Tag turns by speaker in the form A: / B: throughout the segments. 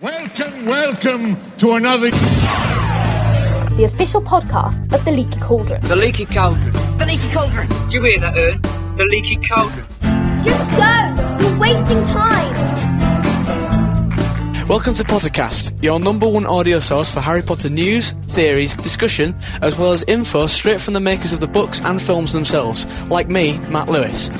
A: Welcome, welcome to another.
B: the official podcast of the Leaky Cauldron.
C: The leaky cauldron. The leaky cauldron. Do you hear that, Ern? The leaky cauldron.
D: Just go! You're wasting time!
E: Welcome to Pottercast, your number one audio source for Harry Potter news, theories, discussion, as well as info straight from the makers of the books and films themselves, like me, Matt Lewis.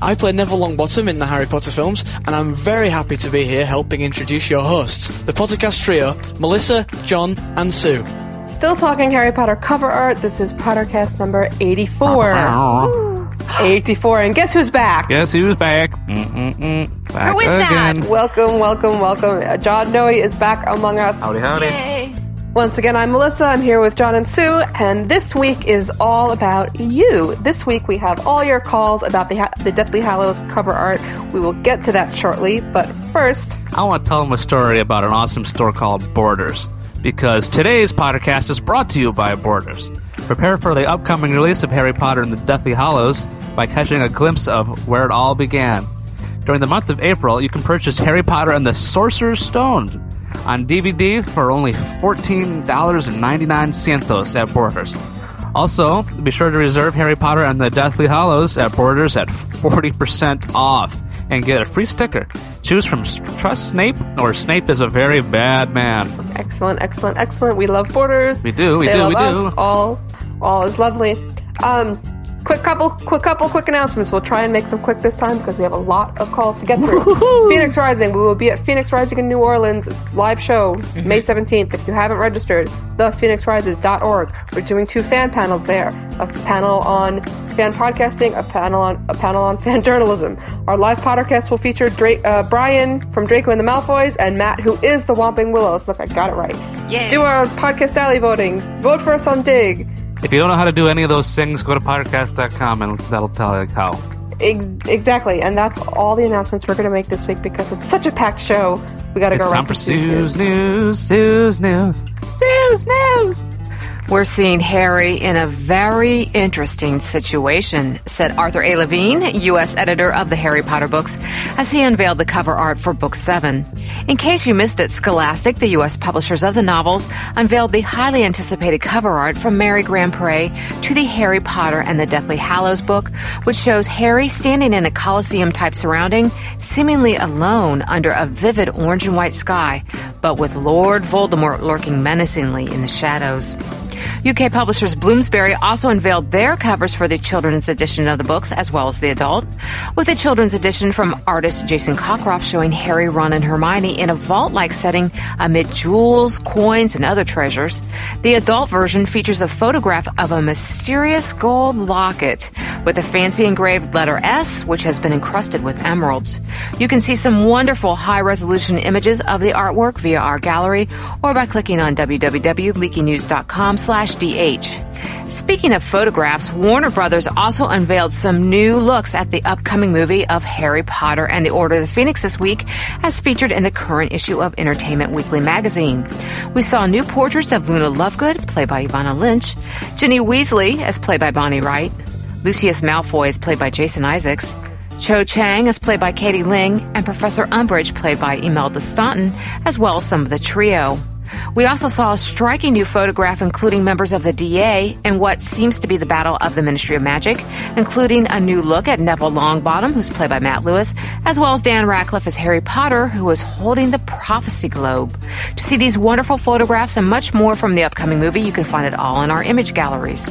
E: I play Neville Longbottom in the Harry Potter films, and I'm very happy to be here helping introduce your hosts, the Pottercast trio, Melissa, John, and Sue.
F: Still talking Harry Potter cover art. This is Pottercast number 84. Woo. 84. And guess who's back?
G: Guess who's back? Mm-mm-mm. Back Who is again. that?
F: Welcome, welcome, welcome. Uh, John Noe is back among us.
G: Howdy, howdy.
F: Once again, I'm Melissa. I'm here with John and Sue. And this week is all about you. This week we have all your calls about the, ha- the Deathly Hallows cover art. We will get to that shortly. But first,
G: I want to tell them a story about an awesome store called Borders. Because today's podcast is brought to you by Borders. Prepare for the upcoming release of Harry Potter and the Deathly Hollows by catching a glimpse of where it all began. During the month of April, you can purchase Harry Potter and the Sorcerer's Stone on DVD for only $14.99 at Borders. Also, be sure to reserve Harry Potter and the Deathly Hollows at Borders at 40% off and get a free sticker. Choose from S- Trust Snape or Snape is a very bad man.
F: excellent, excellent, excellent. We love borders.
G: We do, we
F: they
G: do,
F: love
G: we
F: us.
G: do.
F: All, all is lovely. Um, quick couple, quick couple, quick announcements. We'll try and make them quick this time because we have a lot of calls to get through. Phoenix Rising. We will be at Phoenix Rising in New Orleans live show May seventeenth. If you haven't registered, thephoenixrises.org. We're doing two fan panels there. A panel on fan podcasting, a panel on a panel on fan journalism. Our live podcast will feature Drake, uh, Brian from Draco and the Malfoys and Matt, who is the Whomping Willows. Look, I got it right. Do our podcast alley voting. Vote for us on Dig.
G: If you don't know how to do any of those things, go to podcast.com and that'll tell you how.
F: Ex- exactly, and that's all the announcements we're going to make this week because it's such a packed show. We got to
G: It's
F: go
G: time
F: around
G: for Sue's News, Sue's News.
F: Sue's news.
H: We're seeing Harry in a very interesting situation, said Arthur A. Levine, U.S. editor of the Harry Potter books, as he unveiled the cover art for Book 7. In case you missed it, Scholastic, the U.S. publishers of the novels, unveiled the highly anticipated cover art from Mary Grand Pré to the Harry Potter and the Deathly Hallows book, which shows Harry standing in a Colosseum type surrounding, seemingly alone under a vivid orange and white sky, but with Lord Voldemort lurking menacingly in the shadows. UK publishers Bloomsbury also unveiled their covers for the children's edition of the books as well as the adult, with the children's edition from artist Jason Cockcroft showing Harry, Ron, and Hermione in a vault like setting amid jewels, coins, and other treasures. The adult version features a photograph of a mysterious gold locket with a fancy engraved letter S, which has been encrusted with emeralds. You can see some wonderful high resolution images of the artwork via our gallery or by clicking on www.leakynews.com slash dh. Speaking of photographs, Warner Brothers also unveiled some new looks at the upcoming movie of Harry Potter and the Order of the Phoenix this week, as featured in the current issue of Entertainment Weekly magazine. We saw new portraits of Luna Lovegood, played by Ivana Lynch, Ginny Weasley, as played by Bonnie Wright, Lucius Malfoy is played by Jason Isaacs. Cho Chang is played by Katie Ling, and Professor Umbridge played by Imelda Staunton, as well as some of the trio. We also saw a striking new photograph including members of the DA in what seems to be the battle of the Ministry of Magic, including a new look at Neville Longbottom, who's played by Matt Lewis, as well as Dan Radcliffe as Harry Potter, who is holding the prophecy globe. To see these wonderful photographs and much more from the upcoming movie, you can find it all in our image galleries.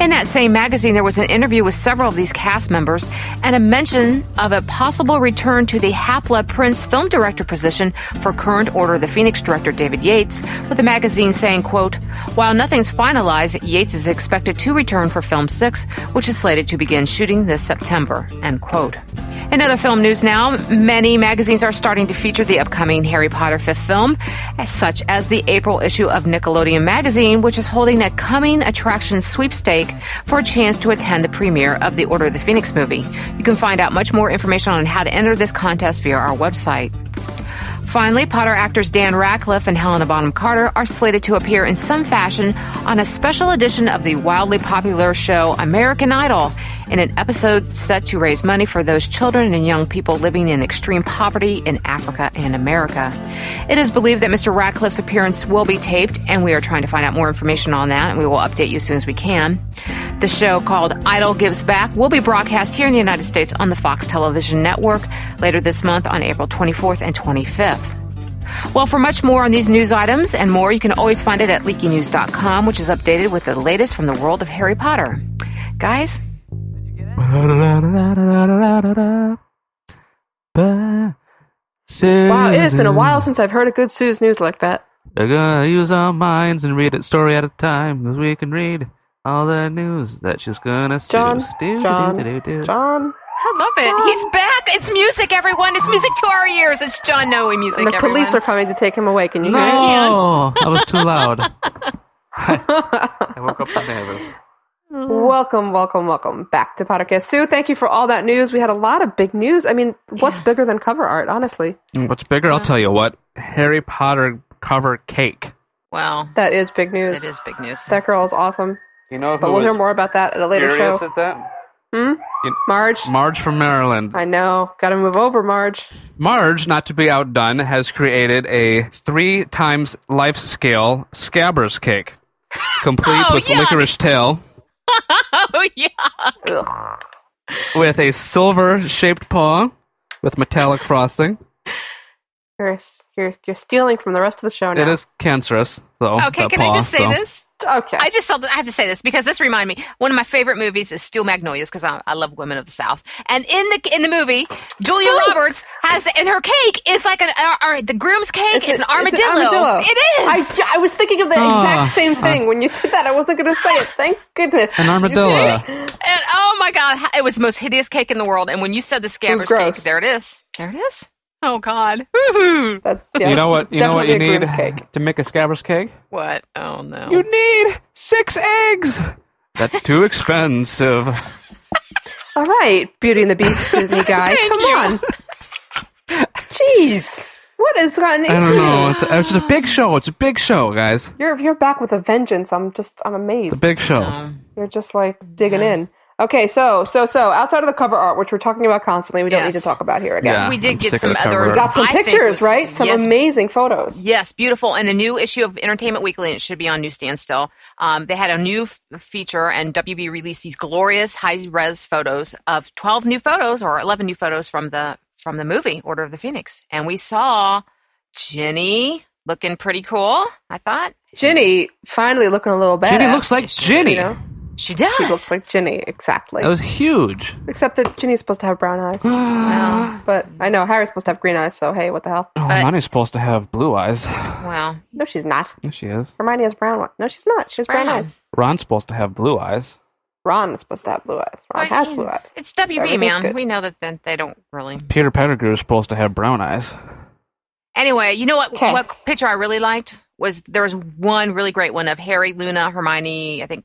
H: In that same magazine, there was an interview with several of these cast members and a mention of a possible return to the Hapla Prince film director position for current Order of the Phoenix director David Yates, with the magazine saying, quote, While nothing's finalized, Yates is expected to return for film six, which is slated to begin shooting this September, end quote. In other film news now, many magazines are starting to feature the upcoming Harry Potter fifth film, as such as the April issue of Nickelodeon Magazine, which is holding a coming attraction sweepstake for a chance to attend the premiere of the Order of the Phoenix movie. You can find out much more information on how to enter this contest via our website. Finally, Potter actors Dan Radcliffe and Helena Bonham Carter are slated to appear in some fashion on a special edition of the wildly popular show American Idol in an episode set to raise money for those children and young people living in extreme poverty in Africa and America. It is believed that Mr. Radcliffe's appearance will be taped, and we are trying to find out more information on that, and we will update you as soon as we can. The show called Idol Gives Back will be broadcast here in the United States on the Fox Television Network later this month on April 24th and 25th. Well, for much more on these news items and more, you can always find it at leakynews.com, which is updated with the latest from the world of Harry Potter. Guys,
F: Wow,
G: Wow,
F: it has been a while since I've heard a good Sue's news like that.
G: We're gonna use our minds and read it story at a time, 'cause we can read all the news that she's gonna see.
F: John, John, John.
H: I love it. He's back. It's music, everyone. It's music to our ears. It's John Noe music.
F: And the
H: everyone.
F: police are coming to take him away. Can you hear it?
G: No, I was too loud. I woke up the neighbors.
F: Welcome, welcome, welcome back to Podcast Sue. Thank you for all that news. We had a lot of big news. I mean, what's bigger than cover art, honestly?
G: What's bigger? I'll tell you what. Harry Potter cover cake.
H: Wow.
F: That is big news.
H: It is big news.
F: That girl is awesome.
G: You know
F: But
G: who
F: we'll hear
G: was
F: more about that at a later
G: furious
F: show.
G: at that?
F: Marge,
G: Marge from Maryland.
F: I know. Gotta move over, Marge.
G: Marge, not to be outdone, has created a three times life scale scabbers cake, complete
H: Oh,
G: with
H: yuck.
G: licorice tail,
H: Oh, yeah.
G: Oh, with a silver shaped paw, with metallic frosting.
F: You're, you're, you're stealing from the rest of the show now.
G: It is cancerous, though.
H: Oh, Okay,
G: that
H: can
G: paw,
H: I just say
G: so-
H: this?
F: Okay.
H: I just saw. th- I have to say this because this reminded me. One of my favorite movies is Steel Magnolias because I, I love women of the South. And in the in the movie, Julia Roberts has in her cake is like an uh, uh, the groom's cake is
F: a-
H: an armadillo. It is.
F: I, I was thinking of the
G: Ah.
F: exact same thing when you did that. I wasn't going to say it. Thank goodness.
G: An armadillo.
H: and oh my god, h- it was the most hideous cake in the world. And when you said the scabbers cake,
F: gross.
H: there it is. There it is. Oh god. Woo-hoo.
F: That's, yeah,
G: You know
F: it's
G: what? You know what you
F: definitely a
G: need
F: groom's Cake.
G: to make a scabbers cake.
H: What? Oh no.
G: You need six eggs. That's too expensive.
F: All right, Beauty and the Beast Disney guy. Come on. Jeez. What is gotten
G: I
F: into
G: don't know.
F: you?
G: It's, it's a big show. It's a big show, guys.
F: You're, you're back with a vengeance. I'm just, I'm amazed.
G: It's a big show.
F: You're just like digging in. Okay, so, so, so, outside of the cover art, which we're talking about constantly, we don't
H: Yes.
F: need to talk about here again.
G: Yeah,
H: we did
G: I'm
H: get
G: sick
H: some
G: of the
H: other-
G: cover.
F: Got some
H: I think
F: pictures,
H: was-
F: right? Some
H: yes.
F: amazing photos.
H: Yes, beautiful. And the new issue of Entertainment Weekly, and it should be on newsstand still. Um, they had a new f- feature, and WB released these glorious high res photos of 12 new photos or 11 new photos from the from the movie Order of the Phoenix. And we saw Ginny looking pretty cool. I thought
F: Ginny finally looking a little badass.
G: Ginny looks like Ginny.
F: uh, you know?
H: she does.
F: She looks like Ginny, exactly.
G: That was huge.
F: Except that Ginny's supposed to have brown eyes.
H: wow.
F: but I know Harry's supposed to have green eyes, so hey, what the hell?
G: Oh,
H: But-
G: Hermione's supposed to have blue eyes.
H: wow.
F: No, she's not.
G: There she is.
F: Hermione has brown ones. No, she's not. She has brown,
H: Brown.
F: eyes.
G: Ron's supposed to have blue eyes.
F: Ron is supposed to have blue eyes. Ron has blue eyes.
H: It's WB,
F: Everything's
H: man.
F: good.
H: We know that then they don't really.
G: Peter Pettigrew is supposed to have brown eyes.
H: Anyway, you know what?
F: 'Kay.
H: What picture I really liked was there was one really great one of Harry, Luna, Hermione. I think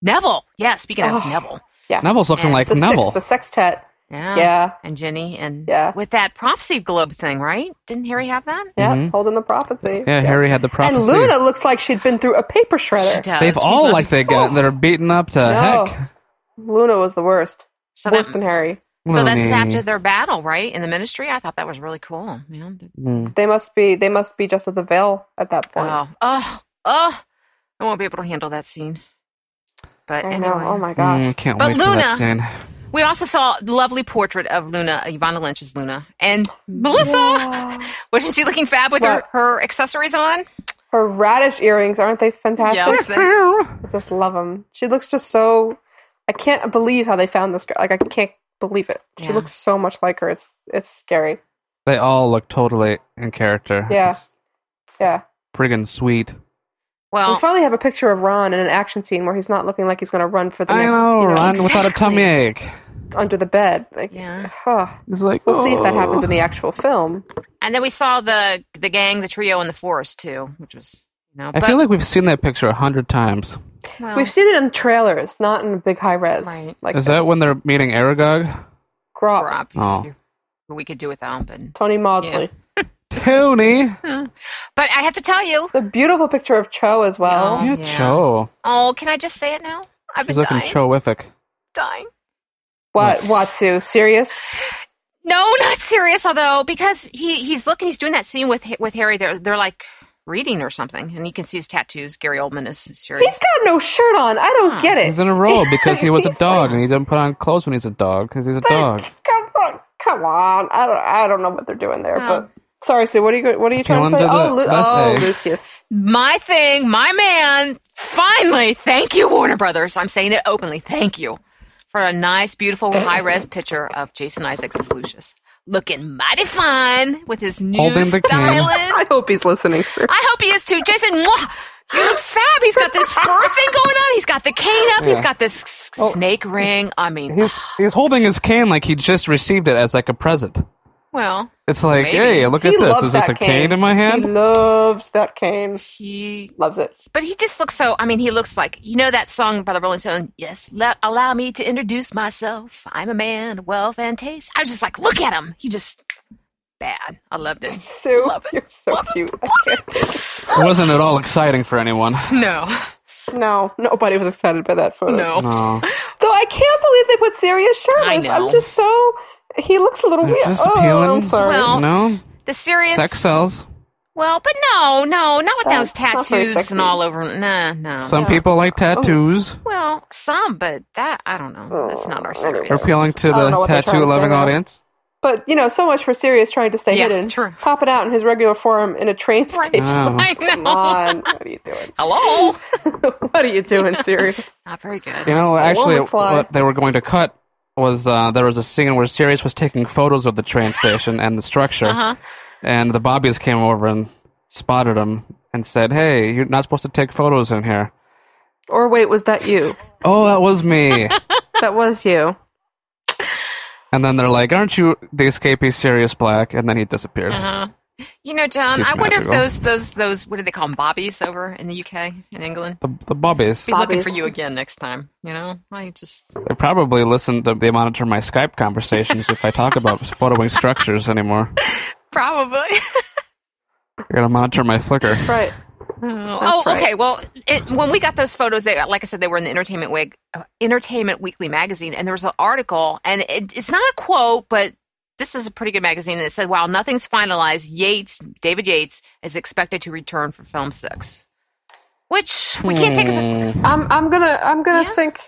H: Neville. Yeah, speaking of
F: Oh.
H: Neville,
F: Yes.
G: Neville's looking
H: And
G: like
F: the
G: Neville.
F: Six, the sextet.
H: yeah,
F: Yeah.
H: and Jenny, and
F: Yeah.
H: with that prophecy globe thing, right? Didn't Harry have that?
F: Yeah. Holding the prophecy.
G: Mm-hmm. yeah, Harry had the prophecy.
F: And Luna looks like she'd been through a paper
H: She
F: shredder.
H: does.
G: They've
H: We
G: all
H: love-
G: like they got that are beaten up to
F: Oh. No.
G: heck.
F: Luna was the worst.
H: so.
F: Worse
H: that-
F: than Harry.
H: so that's
G: Looney.
H: after their battle, right? In the ministry, I thought that was really cool, man.
F: They must be they must be just at the veil at that point.
H: Oh, oh, oh! I won't be able to handle that scene. But
F: I
H: anyway,
F: know. Oh my gosh.
G: Mm, can't
H: But
G: wait for that
H: Luna-
G: scene.
H: We also saw a lovely portrait of Luna, Ivana Lynch's Luna, and Melissa. Wasn't she looking fab with her,
F: What?
H: her accessories on?
F: Her radish earrings, aren't they fantastic?
H: Yes, they-
F: I just love them. She looks just so. I can't believe how they found this girl. Like I can't believe it. She
H: Yeah.
F: looks so much like her. It's it's scary.
G: They all look totally in character.
F: Yeah.
G: It's
F: Yeah.
G: friggin' sweet.
F: We
H: well,
F: finally have a picture of Ron in an action scene where he's not looking like he's going to run for the
G: I
F: next
G: know,
F: you know,
G: Ron without a tummy
H: exactly.
G: ache.
F: under the bed. Like,
H: Yeah.
F: huh.
G: It's like
F: We'll see if that
G: oh.
F: happens in the actual film.
H: and then we saw the the gang, the trio in the forest too, which was you know.
G: I
H: but,
G: feel like we've seen that picture a hundred times.
H: well,
F: We've seen it in trailers, not in big high res.
H: Right.
F: Like
G: Is
F: this.
G: that when they're meeting Aragog?
F: Grop,
H: crop.
G: Oh.
H: We could do without, but
F: Tony Maudsley?
G: Tony.
H: But I have to tell you.
F: The beautiful picture of Cho as well.
G: Yeah,
H: Yeah.
G: Cho.
H: Oh, can I just say it now? I've
G: She's
H: been
G: looking
H: dying.
G: choific.
H: dying.
F: What Watsu? Serious?
H: No, not serious. Although because he he's looking, he's doing that scene with with Harry. They're they're like reading or something, and you can see his tattoos. Gary Oldman is serious.
F: He's got no shirt on. I don't get it.
G: He's in a role because he was a dog and he didn't put on clothes when he's a dog because he's a dog.
F: Come on, come on. I don't. I don't know what they're doing there. But sorry, Sue. What are you? go- What are you trying
G: on
F: to say?
G: to the
F: Oh, Lu- oh,
G: essay.
F: Lucius.
H: my thing, my man. Finally, thank you, Warner Brothers. I'm saying it openly. Thank you for a nice, beautiful, high res picture of Jason Isaacs as Lucius, looking mighty fine with his new
G: Holding the cane.
H: styling.
F: I hope he's listening, sir.
H: I hope he is too. Jason, mwah, you look fab. He's got this fur thing going on. He's got the cane up. He's got this s- snake ring. I mean,
G: He's, he's holding his cane like he just received it as like a present.
H: well,
G: It's like,
H: Maybe.
G: hey, look
F: He
G: at this.
F: loves
G: Is this a
F: that
G: cane in my
F: He
G: hand?
F: loves that cane.
H: he.
F: Loves it.
H: But he just looks so. I mean, he looks like you know that song by the Rolling Stone. Yes, le- allow me to introduce myself. I'm a man of wealth and taste. I was just like, look at him. He just bad. I loved it.
F: Sue, you're so cute. I can't.
G: It wasn't at all exciting for anyone.
H: No,
F: No, nobody was excited by that photo.
H: no.
G: No.
F: Though I can't believe they put Sirius shirtless.
H: I know.
F: I'm just so. He looks a little weird.
G: Just
F: Oh,
G: appealing.
F: I'm sorry.
H: Well,
G: no.
H: The serious
G: Sex sells.
H: Well, but no, no, not with those
F: That's not very
H: tattoos
F: sexy.
H: and all over. Nah, no.
G: Some people like
F: Oh.
G: tattoos.
H: oh, Well, some, but that I don't know. That's not our
G: We're
H: serious.
G: appealing to
F: Oh, don't know
G: the
F: what they're trying
G: tattoo
F: to say
G: loving
F: there.
G: audience.
F: But you know, so much for Sirius trying to stay
H: Yeah,
F: hidden.
H: true.
F: Popping out in his regular form in a train station.
G: Oh.
H: I
F: Come
H: know.
F: on, what are you doing?
H: Hello.
F: what are you doing, Sirius?
H: Not very good.
G: You know, actually,
F: woman's lie.
G: what they were going to cut was uh, there was a scene where Sirius was taking photos of the train station and the structure,
H: Uh-huh.
G: and the Bobbies came over and spotted him and said, "Hey, you're not supposed to take photos in here."
F: Or wait, was that you?
G: Oh, that was me.
F: That was you.
G: and then they're like, "Aren't you the escapee Sirius Black?" And then he disappeared.
H: Uh-huh. You know, John,
G: She's
H: I wonder
G: magical.
H: if those those those what do they call them, bobbies over in the UK in England?
G: The, the Bobbies.
H: Be looking for you again next time. You know, I just
G: They probably listen to they monitor my Skype conversations if I talk about photoing structures anymore.
H: probably.
G: They're gonna monitor my Flickr.
F: Right.
H: oh,
F: right.
H: okay. Well, it, when we got those photos, they like I said, they were in the Entertainment Week, uh, Entertainment Weekly magazine, and there was an article, and it, it's not a quote, but this is a pretty good magazine, and it said, "While nothing's finalized, Yates, David Yates, is expected to return for film six, which we can't take as a
G: Hmm.
F: I'm. I'm gonna. I'm gonna
H: Yeah.
F: think.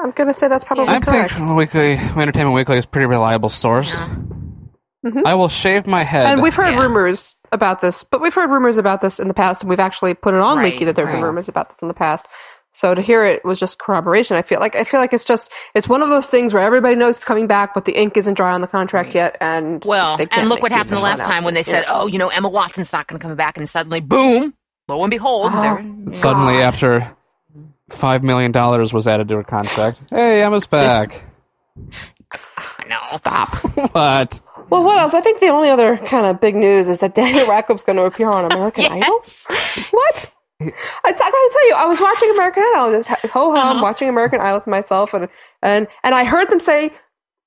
F: I'm gonna say that's probably
G: I
F: correct.
G: think Weekly Entertainment Weekly is a pretty reliable source. Mm-hmm. I will shave my head.
F: and we've heard
H: Yeah.
F: rumors about this, but we've heard rumors about this in the past, and we've actually put it on
H: Right,
F: Leaky that there have been rumors about this in the past. So to hear it was just corroboration. I feel like I feel like it's just it's one of those things where everybody knows it's coming back, but the ink isn't dry on the contract yet. And
H: well."
F: they can't
H: And look
F: make
H: what
F: the
H: happened the
F: official
H: last time when they said,
F: announcement.
H: "Oh, you know, Emma Watson's not going to come back," and suddenly, boom, lo and behold,
F: Oh.
H: there.
G: Suddenly, after five million dollars was added to her contract, hey, Emma's back.
H: I know.
G: what?
F: Yeah. Well, what else? I think the only other kind of big news is that Daniel Radcliffe's going to appear on American Idol.
H: Yes.
F: What? I, t- I gotta tell you, I was watching American Idol. Just ho hum,
H: Uh-huh.
F: watching American Idol with myself, and and and I heard them say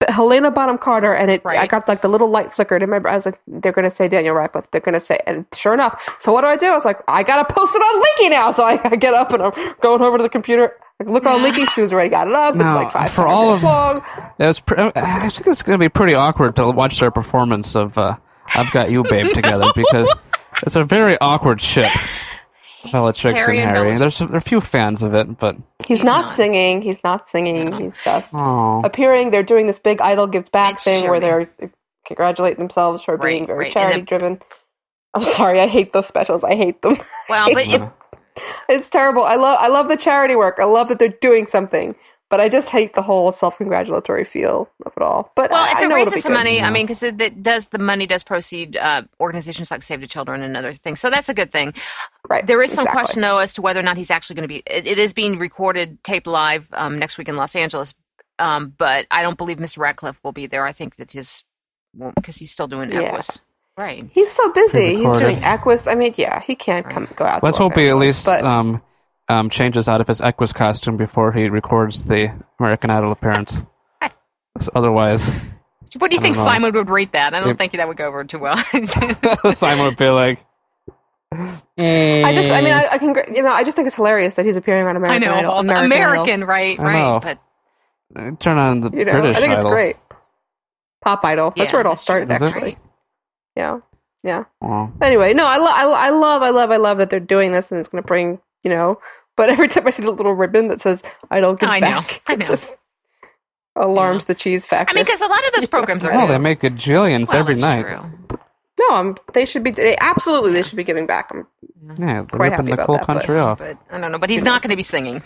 F: Helena Bonham Carter, and it I
H: Right.
F: got like the little light flickered. And remember, I was like, they're gonna say Daniel Radcliffe. They're gonna say, and sure enough. So what do I do? I was like, I gotta post it on Leaky now. So I, I get up and I'm going over to the computer. I look on Leaky. Sue's already got it up.
G: No,
F: it's like five
G: for all
F: minutes
G: of-
F: long.
G: It was. Pre- I think it's going to be pretty awkward to watch their performance of uh, "I've Got You, Babe" together because it's a very awkward ship. Belichick
H: Harry
G: and
H: and
G: Harry.
H: Belichick.
G: There's there are a few fans of it, but
F: He's, not, singing. He's not singing. He's just appearing. They're doing this big idol gives back
H: It's
F: thing where
H: charming.
F: they're uh, congratulating themselves for
H: Right,
F: being very
H: right, and
F: charity
H: the-
F: driven. I'm sorry, I hate those specials. I hate them.
H: Well, but it,
F: it's terrible. I love I love the charity work. I love that they're doing something, but I just hate the whole self congratulatory feel of it all. But
H: Well,
F: I,
H: if
F: I
H: it
F: know it'll be
H: raises some
F: good.
H: money, I mean, because it, it does the money does proceed uh, organizations like Save the Children and other things, so that's a good thing.
F: Right,
H: There is some
F: exactly.
H: question though as to whether or not he's actually going to be. It, it is being recorded, taped live um, next week in Los Angeles, um, but I don't believe Mr. Radcliffe will be there. I think that his because he's still doing
F: Yeah.
H: Equus, right?
F: He's so busy. He's
G: Pre-recorded.
F: doing Equus. I mean, yeah, he can't come go out. to
G: let's
F: Los
G: hope he at
F: Angeles,
G: least
F: but-
G: um, um, changes out of his Equus costume before he records the American Idol appearance. So otherwise,
H: What do you think
G: know.
H: Simon would rate that? I don't
G: It-
H: think that would go over too well.
G: Simon would be like,
F: I just, I mean, I, I can, you know, I just think it's hilarious that he's appearing on
H: I
F: American
H: know
F: Idol.
H: all the
F: American, Idol.
H: American, right?
G: I
H: Right,
G: know.
H: but
G: "Eh, turn on the
F: You know,
G: British
F: I think
G: Idol.
F: it's great. Pop Idol. That's
H: Yeah,
F: where it all
H: that's true.
F: started,
G: Is it?
F: actually. Yeah, yeah.
G: Well,
F: Anyway, no, I, lo- I, lo- I love, I love, I love that they're doing this, and it's going to bring, you know. But every time I see the little ribbon that says "Idol gives
H: I know,
F: back,"
H: I
F: it
H: know.
F: just alarms the cheese
H: I
F: factor.
H: mean, because a lot of those programs are.
G: hell,
H: good.
G: they make gajillions
H: Well,
G: every
H: that's
G: night.
H: true.
F: no, I'm, they should be. They, absolutely, they should be giving back. I'm,
G: Yeah, they're
F: Quite
G: ripping
F: happy
G: the
F: about
G: whole
F: that, but-
G: country off.
H: But I don't know. But he's not going to be singing.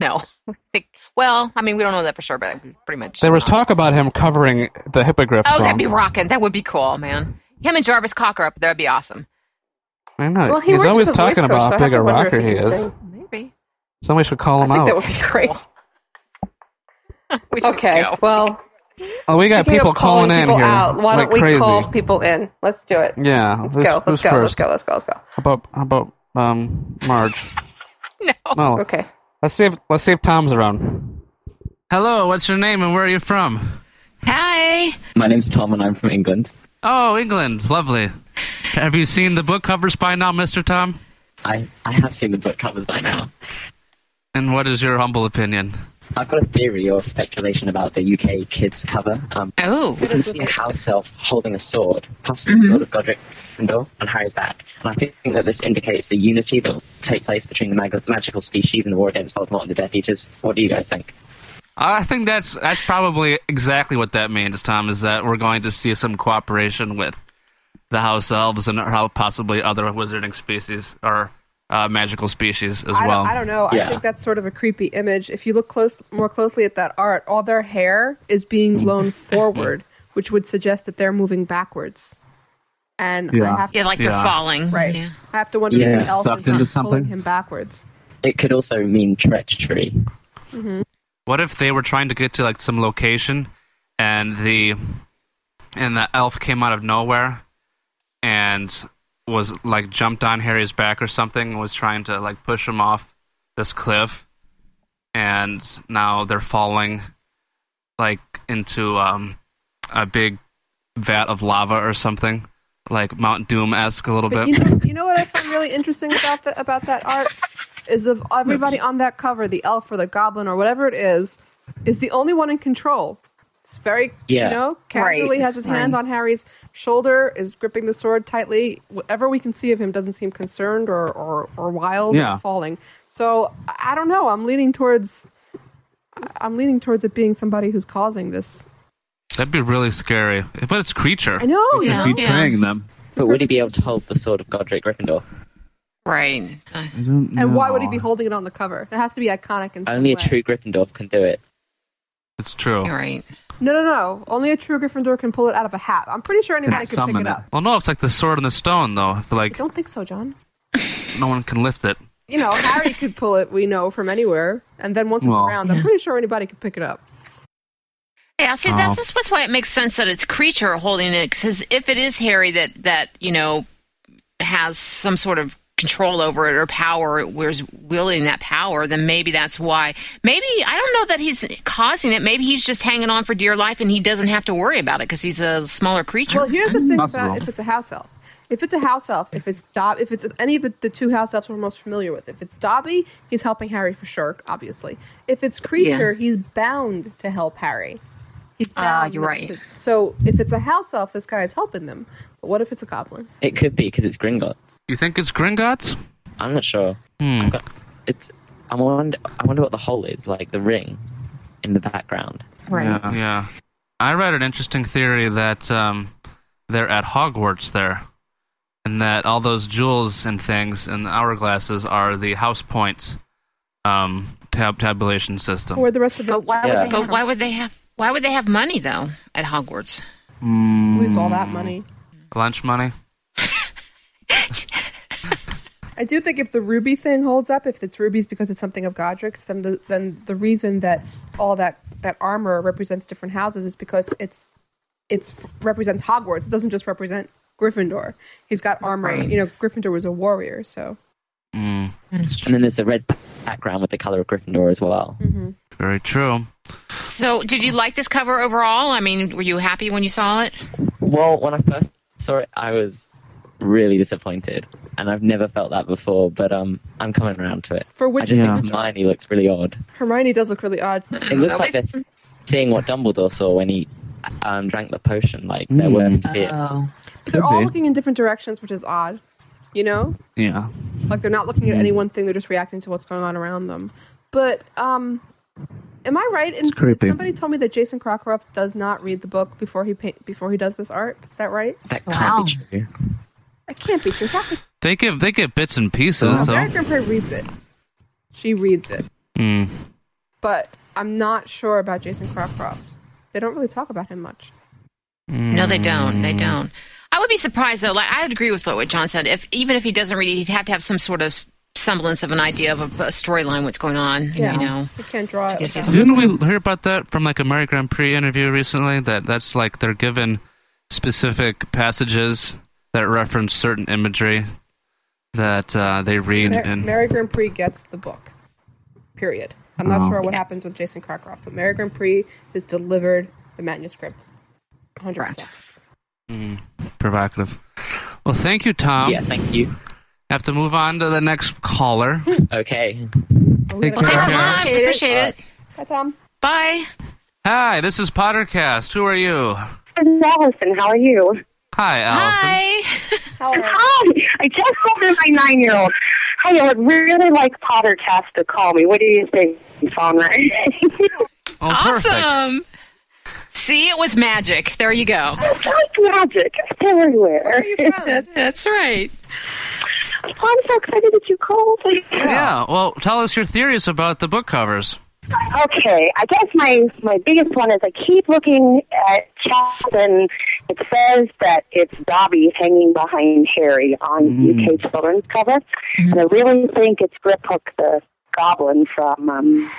H: no. I think- Well, I mean, we don't know that for sure, but pretty much.
G: There was talk about him covering the Hippogriff
H: Oh,
G: song.
H: that'd be rocking. That would be cool, man. Him and Jarvis Cocker up there would be awesome.
G: I know.
F: well, he
G: he's
F: works
G: always
F: with a voice
G: talking
F: coach, so
G: about
F: I
G: how
F: have
G: big
F: to
G: a
F: wonder if
G: rocker he,
F: can
G: is.
F: sing.
H: Maybe.
G: Somebody should call him
F: I think
G: out.
F: that would be great.
H: We should
F: Okay,
H: go.
F: well,
G: oh, we got
F: speaking
G: people
F: of calling,
G: calling, in
F: people
G: here.
F: out, why
G: like
F: don't we
G: crazy.
F: call people in? Let's do it.
G: Yeah,
F: Let's
G: who's,
F: go. Let's
G: who's
F: go.
G: first?
F: Let's go. Let's go. Let's go.
G: How about how about um Marge?
H: No.
G: No.
F: Okay.
G: Let's see if let's see if Tom's around. Hello, what's your name and where are you from?
H: Hi.
I: My name's Tom and I'm from England.
G: Oh, England, lovely. Have you seen the book covers by now, Mister Tom?
I: I, I have seen the book covers by now.
G: And what is your humble opinion?
I: I've got a theory or speculation about the UK kids cover. Um,
H: Oh.
I: you can see a house elf holding a sword, possibly
F: Mm-hmm.
I: the sword of Godric Gryffindor, on Harry's back. And I think that this indicates the unity that will take place between the mag- magical species in the war against Voldemort and the Death Eaters. What do you guys think?
G: I think that's that's probably exactly what that means, Tom. Is that we're going to see some cooperation with the house elves and how possibly other wizarding species or uh, magical species as
F: I
G: well.
F: don't, I don't know. I
I: Yeah.
F: think that's sort of a creepy image. If you look close, more closely at that art, all their hair is
G: Mm-hmm.
F: being blown forward, which would suggest that they're moving backwards. And I
G: Yeah.
F: have to,
H: Yeah, like they're
G: Yeah.
H: falling.
F: right.
H: Yeah.
F: I have to wonder
I: Yeah,
F: if the elf
G: sucked
F: is not
G: into
F: pulling
G: something.
F: him backwards.
I: It could also mean treachery.
H: Mm-hmm.
G: What if they were trying to get to like some location, and the and the elf came out of nowhere and was like jumped on Harry's back or something, and was trying to like push him off this cliff, and now they're falling like into um, a big vat of lava or something, like Mount Doom esque a little
F: But
G: bit.
F: you know, you know what I find really interesting about the, about that art is of everybody on that cover, the elf or the goblin or whatever it is, is the only one in control. It's very,
I: Yeah.
F: you know, casually has his hand on Harry's shoulder, is gripping the sword tightly. Whatever we can see of him doesn't seem concerned or or, or wild or
G: Yeah.
F: falling. So I I don't know. I'm leaning towards. I'm leaning towards it being somebody who's causing this.
G: That'd be really scary, but it's creature.
F: I know, you know.
J: betraying them.
I: But would he be able to hold the sword of Godric Gryffindor?
H: Right. Uh,
F: And why would he be holding it on the cover? It has to be iconic. In some
I: Only a
F: way.
I: true Gryffindor can do it.
G: It's true.
H: you're right.
F: No, no, no. Only a true Gryffindor can pull it out of a hat. I'm pretty sure anybody
J: Can
F: could pick
J: summon
F: it
J: it.
F: up.
G: Well, no, it's like the sword and the stone, though. If,
F: I
G: like
F: don't think so, John.
G: no one can lift it.
F: You know, Harry could pull it, we know, from anywhere. And then once it's
J: Well,
F: around, I'm pretty sure anybody could pick it up.
H: Yeah, see,
G: Oh.
H: that's, that's why it makes sense that it's creature holding it, because if it is Harry that that you know has some sort of control over it or power, where's wielding that power, then maybe that's why. Maybe I don't know that he's causing it. Maybe he's just hanging on for dear life, and he doesn't have to worry about it because he's a smaller creature.
F: Well, here's the thing
J: Possible.
F: about if it's a house elf. If it's a house elf, if it's Dob, if it's any of the, the two house elves we're most familiar with, if it's Dobby, he's helping Harry for sure, obviously. If it's creature, he's bound to help Harry. He's
H: Ah,
F: bound
H: you're
F: not
H: right.
F: to- so if it's a house elf, this guy is helping them. But what if it's a goblin?
I: It could be because it's Gringotts.
G: You think it's Gringotts? Hmm.
I: I'm not sure. I've got, it's. I wonder. I wonder what the hole is, like the ring, in the background.
H: right.
G: Yeah. I read an interesting theory that um, they're at Hogwarts there, and that all those jewels and things and the hourglasses are the house points um, tab- tabulation system.
F: Or the rest of the
H: But why
I: Yeah.
H: would they? But why would they have? Why would they have money though at Hogwarts?
G: Hmm.
F: lose all that money?
G: Lunch money.
F: I do think if the ruby thing holds up, if it's rubies because it's something of Godric's, then the then the reason that all that that armor represents different houses is because it's it's represents Hogwarts. It doesn't just represent Gryffindor. He's got armor. You know, Gryffindor was a warrior, so
G: Hmm.
I: And then there's the red background with the color of Gryffindor as well.
G: Very true.
H: So, did you like this cover overall? I mean, were you happy when you saw it?
I: Well, when I first saw it, I was really disappointed, and I've never felt that before. But um, I'm coming around to it.
F: For which-
I: I just
F: Yeah.
I: think Hermione looks really odd.
F: Hermione does look really odd.
I: It looks like this seeing what Dumbledore saw when he um, drank the potion, like
G: Hmm.
I: their worst fear.
F: Oh. But they're
G: Could
F: all
G: be.
F: looking in different directions, which is odd. You know?
G: Yeah.
F: Like they're not
I: Hmm.
F: looking at any one thing, they're just reacting to what's going on around them. But um am I right in
G: It's creepy.
F: somebody told me that Jason Krakoff does not read the book before he paint before he does this art? Is that right?
I: That
H: Wow.
I: can't be true.
F: That can't be true. How could-
G: They give they give bits and pieces. So.
F: Mary Grandpa reads it. She reads it.
G: Mm.
F: But I'm not sure about Jason Krakoff. They don't really talk about him much.
H: No, they don't.
G: Mm.
H: They don't. I would be surprised though. Like I would agree with what John said. If even if he doesn't read it, he'd have to have some sort of semblance of an idea of a, a storyline, what's going on. You know.
F: They can't draw it. without-
G: Didn't we hear about that from like a Mary Grand Prix interview recently? That that's like they're given specific passages that reference certain imagery that uh, they read
F: Mar-
G: and
F: Mary Grand Prix gets the book. Period. I'm not sure what happens with Jason Krakoff, but Mary Grand Prix is delivered the manuscript. 100%.
G: Hmm. provocative. Well, thank you, Tom.
I: Yeah, thank you. Hmm,
G: Have to move on to the next caller.
I: Okay.
G: Take
H: Well, thanks a
G: care.
H: lot. We Appreciate it.
F: Hi, Tom.
H: Bye.
G: Hi, this is Pottercast. Who are you?
J: Allison, how are you?
G: Hi, Allison.
H: Hi.
F: How are you?
J: Hi, I just called my nine year old. Hi, I would really like Pottercast to call me. What do you think? Phone right?
G: Oh, perfect.
H: Awesome. See, it was magic. There you go.
J: it's like magic. It's everywhere.
H: That's right.
J: Oh, I'm so excited that you called.
G: Yeah. Well, tell us your theories about the book covers.
J: Okay, I guess my my biggest one is I keep looking at Chad, and it says that it's Dobby hanging behind Harry on UK Children's cover, and I really think it's Grip Hook the Goblin from um,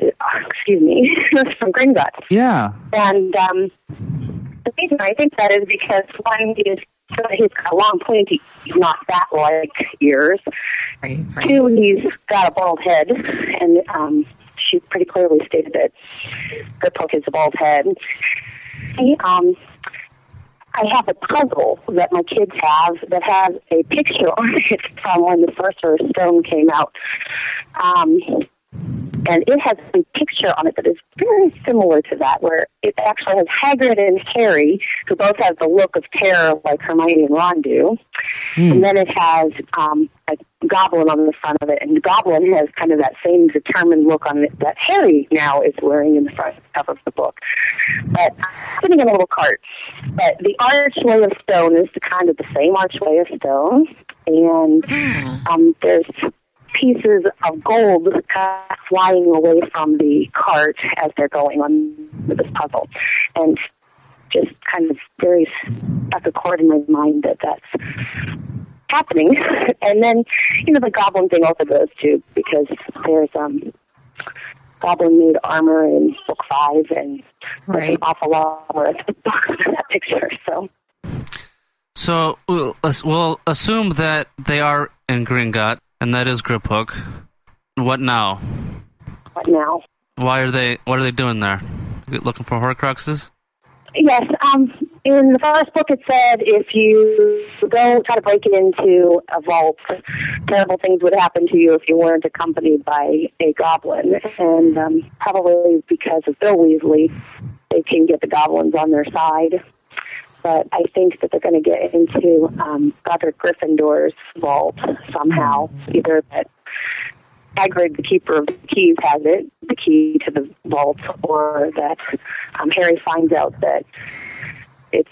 J: uh, excuse me from Gringotts.
G: Yeah.
J: And um, the reason I think that is because one, he's, he's got long pointy, not that like ears.
H: Right. right.
J: Two, he's got a bald head, and um, she pretty clearly stated that the poke is a bald head. He, um, I have a puzzle that my kids have that has a picture on it from when the Sorcerer's Stone came out. Um, and it has a picture on it that is very similar to that, where it actually has Hagrid and Harry, who both have the look of terror like Hermione and Ron do.
K: Hmm.
J: And then it has um, a goblin on the front of it, and the goblin has kind of that same determined look on it that Harry now is wearing in the front cover of the book. But I'm putting in a little cart. But the archway of stone is the kind of the same archway of stone, and um, there's pieces of gold kind of flying away from the cart as they're going on with this puzzle, and just kind of very stuck a chord in my mind that that's happening. and then, you know, the goblin thing also goes too because there's um goblin made armor in book five and there's
H: Right.
J: an awful lot more of the box in that picture. So
G: So we'll, ass- we'll assume that they are in Gringot, and that is Grip Hook. What now?
J: what now?
G: Why are they? What are they doing there? Looking for Horcruxes?
J: Yes, um in the first book it said if you go try to break it into a vault, terrible things would happen to you if you weren't accompanied by a goblin. And um, probably because of Bill Weasley, they can get the goblins on their side. but I think that they're going to get into um, Godric Gryffindor's vault somehow. Either that Hagrid, the keeper of the keys, has it, the key to the vault, or that um, Harry finds out that it's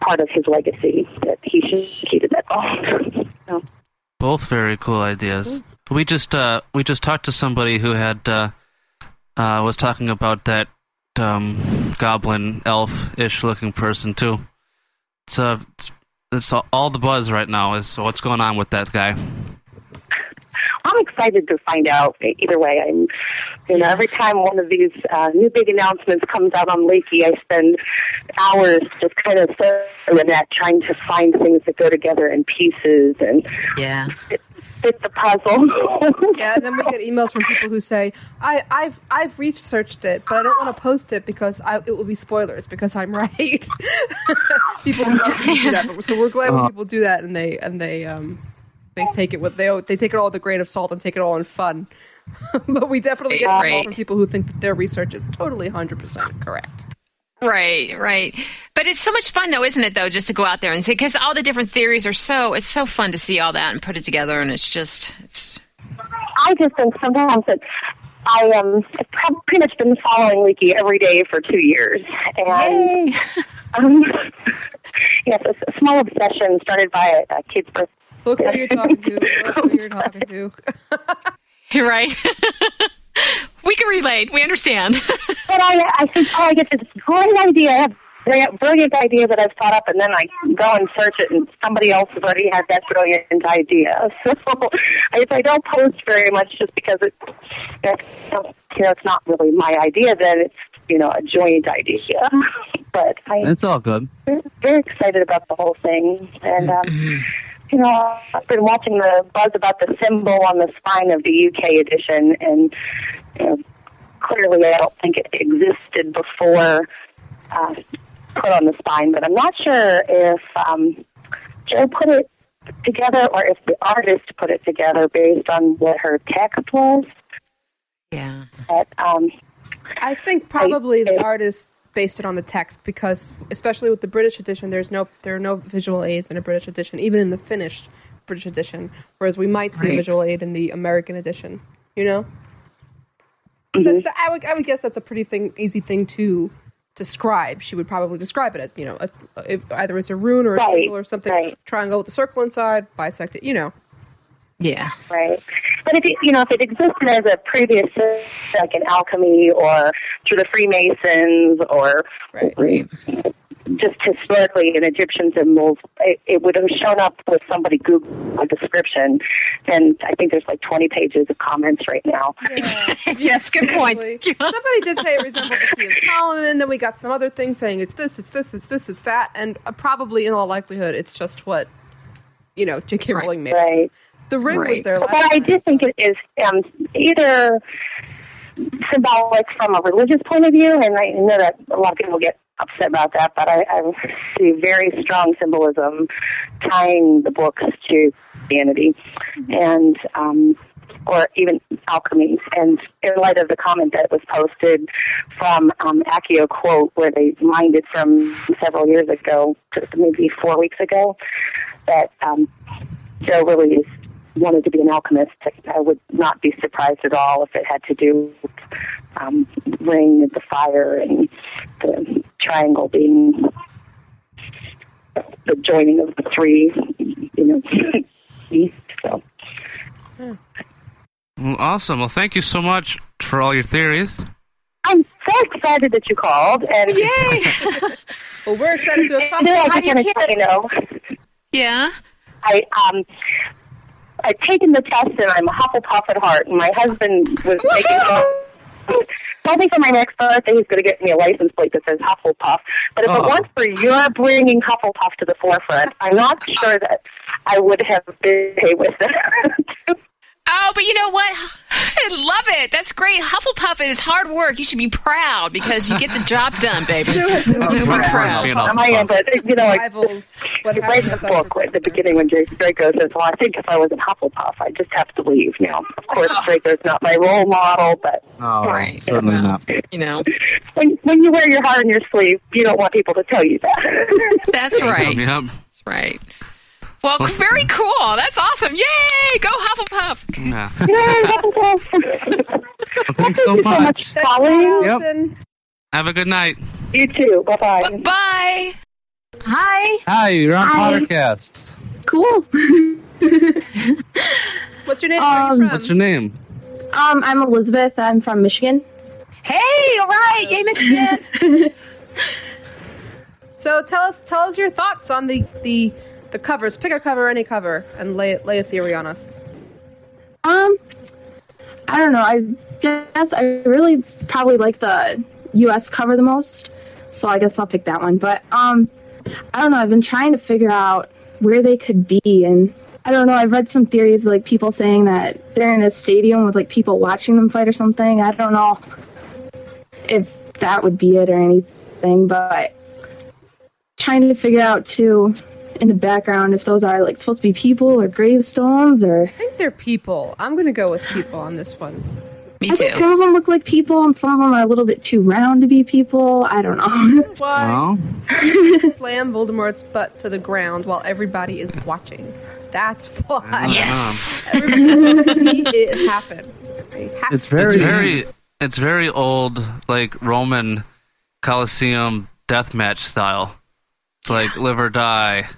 J: part of his legacy that he should have keep that vault. so,
G: Both very cool ideas.
J: Mm-hmm.
G: We just uh, we just talked to somebody who had uh, uh, was talking about that um, goblin elf ish looking person too. It's uh, it's- it's all- all the buzz right now is what's going on with that guy.
J: I'm excited to find out. Either way, I'm, you know, every time one of these uh, new big announcements comes out on Leaky, I spend hours just kind of staring at that, trying to find things that go together in pieces and
H: Yeah.
J: fit the puzzle.
F: Yeah, and then we get emails from people who say, I, I've I've researched it, but I don't want to post it because I, it will be spoilers because I'm right. people who don't do that, but, so we're glad
J: Uh-huh.
F: when people do that and they and they um they take it with they they take it all with a grain of salt and take it all in fun. but we definitely get
H: Right.
F: emails from people who think that their research is totally hundred percent correct.
H: Right, right. But it's so much fun, though, isn't it? Though, just to go out there and see, because all the different theories are so. It's so fun to see all that and put it together, and it's just, it's
J: I just think sometimes that I um I've prob- pretty much been following Leaky every day for two years, and um, yes, a s- small obsession started by a, a kid's birth.
F: Look who you're talking to. Look who you're talking to.
H: you're right. we can relate. We understand.
J: But I I think oh I get this great idea. I have a brilliant- brilliant idea that I've thought up, and then I go and search it, and somebody else has already had that brilliant idea. So I, if I don't post very much, just because it, it, you know, it's not really my idea, then it's you know a joint idea. But I
G: It's all good.
J: very, very excited about the whole thing. And, um, you know, I've been watching the buzz about the symbol on the spine of the UK edition, and you know, clearly I don't think it existed before uh, put on the spine, but I'm not sure if um, Joe put it together or if the artist put it together based on what her text was.
H: yeah.
J: But, um,
F: I think probably the artist based it on the text because, especially with the British edition, there's no there are no visual aids in a British edition, even in the finished British edition. Whereas we might see a
H: Right.
F: visual aid in the American edition. You know,
J: Mm-hmm.
F: So th- I would I would guess that's a pretty thing easy thing to describe. She would probably describe it as you know, a, if, either it's a rune or a
J: Right,
F: triangle or something.
J: right.
F: Triangle with a circle inside, bisect it. You know,
H: Yeah.
J: Right. But if it, you know, if it existed as a previous system, like in alchemy or through the Freemasons or
F: Right.
J: just historically in Egyptian symbols, it, it would have shown up with somebody Google a description. And I think there's like 20 pages of comments right now.
H: yes. Good point.
F: Exactly. Somebody did say it resembled the Key of Solomon. Then we got some other things saying it's this, it's this, it's this, it's that, and uh, probably in all likelihood, it's just what you know J.K. Rowling made.
J: Right.
F: The ring was
H: Right.
F: there last.
J: But I
F: time,
J: do think
F: so-
J: it is um, either symbolic from a religious point of view, and I know that a lot of people get upset about that, but I, I see very strong symbolism tying the books to Christianity and um, or even alchemy. And in light of the comment that was posted from um, Accio quote, where they mined it from several years ago, just maybe four weeks ago, that um, Joe really is wanted to be an alchemist. I would not be surprised at all if it had to do with um, ring and the fire and the triangle being the joining of the three, you know, east. So
G: Well, Mm, Awesome. Well, thank you so much for all your theories.
J: I'm so excited that you called, and
F: Well, we're excited to have talked.
J: you know, I
D: How
J: just
D: do you
J: want to
D: keep
J: let you know,
H: Yeah.
J: I um. I've taken the test and I'm a Hufflepuff at heart. And my husband was taking told me for my next birthday he's going to get me a license plate that says Hufflepuff. But if it
G: Oh.
J: weren't for your bringing Hufflepuff to the forefront, I'm not sure that I would have been okay with it.
H: Oh, but you know what? I love it. That's great. Hufflepuff is hard work. You should be proud because you get the job done, baby. You'll be proud.
G: Being
J: I am,
G: a-
J: but you know, like.
F: Rivals. What
J: You read
F: happened
J: the
F: with
J: book
F: Dr.
J: at the beginning when Jason Draco says, "Well, I think if I was in Hufflepuff, I'd just have to leave." Now, of course, Draco's not my role model, but
G: No,
H: Right.
G: Oh, certainly not.
H: You know.
J: when when you wear your heart on your sleeve, you don't want people to tell you that.
H: That's right.
G: Yep.
H: That's right. Well, very cool. That's awesome. Yay! Go Hufflepuff.
G: Yeah.
J: Yay, Hufflepuff. Thank you
G: Thanks so
J: so much,
G: much.
J: Polly.
G: Yep.
F: Allison.
G: Have a good night.
J: You too. Bye bye.
H: Bye.
D: Hi.
G: Hi, you're on Pottercast.
D: Cool.
F: What's your name? Where are you
D: Um,
F: from?
G: What's your name?
D: Um, I'm Elizabeth. I'm from Michigan. Hey, all right, yay, Michigan.
F: So tell us, tell us your thoughts on the the the covers. Pick a cover, any cover, and lay lay a theory on us.
D: um, I don't know. I guess I really probably like the U.S. cover the most, so I guess I'll pick that one. But um, I don't know. I've been trying to figure out where they could be, and I don't know. I've read some theories, like people saying that they're in a stadium with like people watching them fight or something. I don't know if that would be it or anything, but trying to figure out too in the background if those are like supposed to be people or gravestones or
F: I think they're people. I'm gonna go with people on this one.
H: Me
D: I
H: too.
D: think some of them look like people and some of them are a little bit too round to be people. I don't know.
F: Why
G: Well,
F: slam Voldemort's butt to the ground while everybody is watching? That's why
H: yes.
F: it happened. They have
L: It's
F: to.
L: very,
G: it's very, it's very old, like Roman Colosseum deathmatch style. It's like live or die.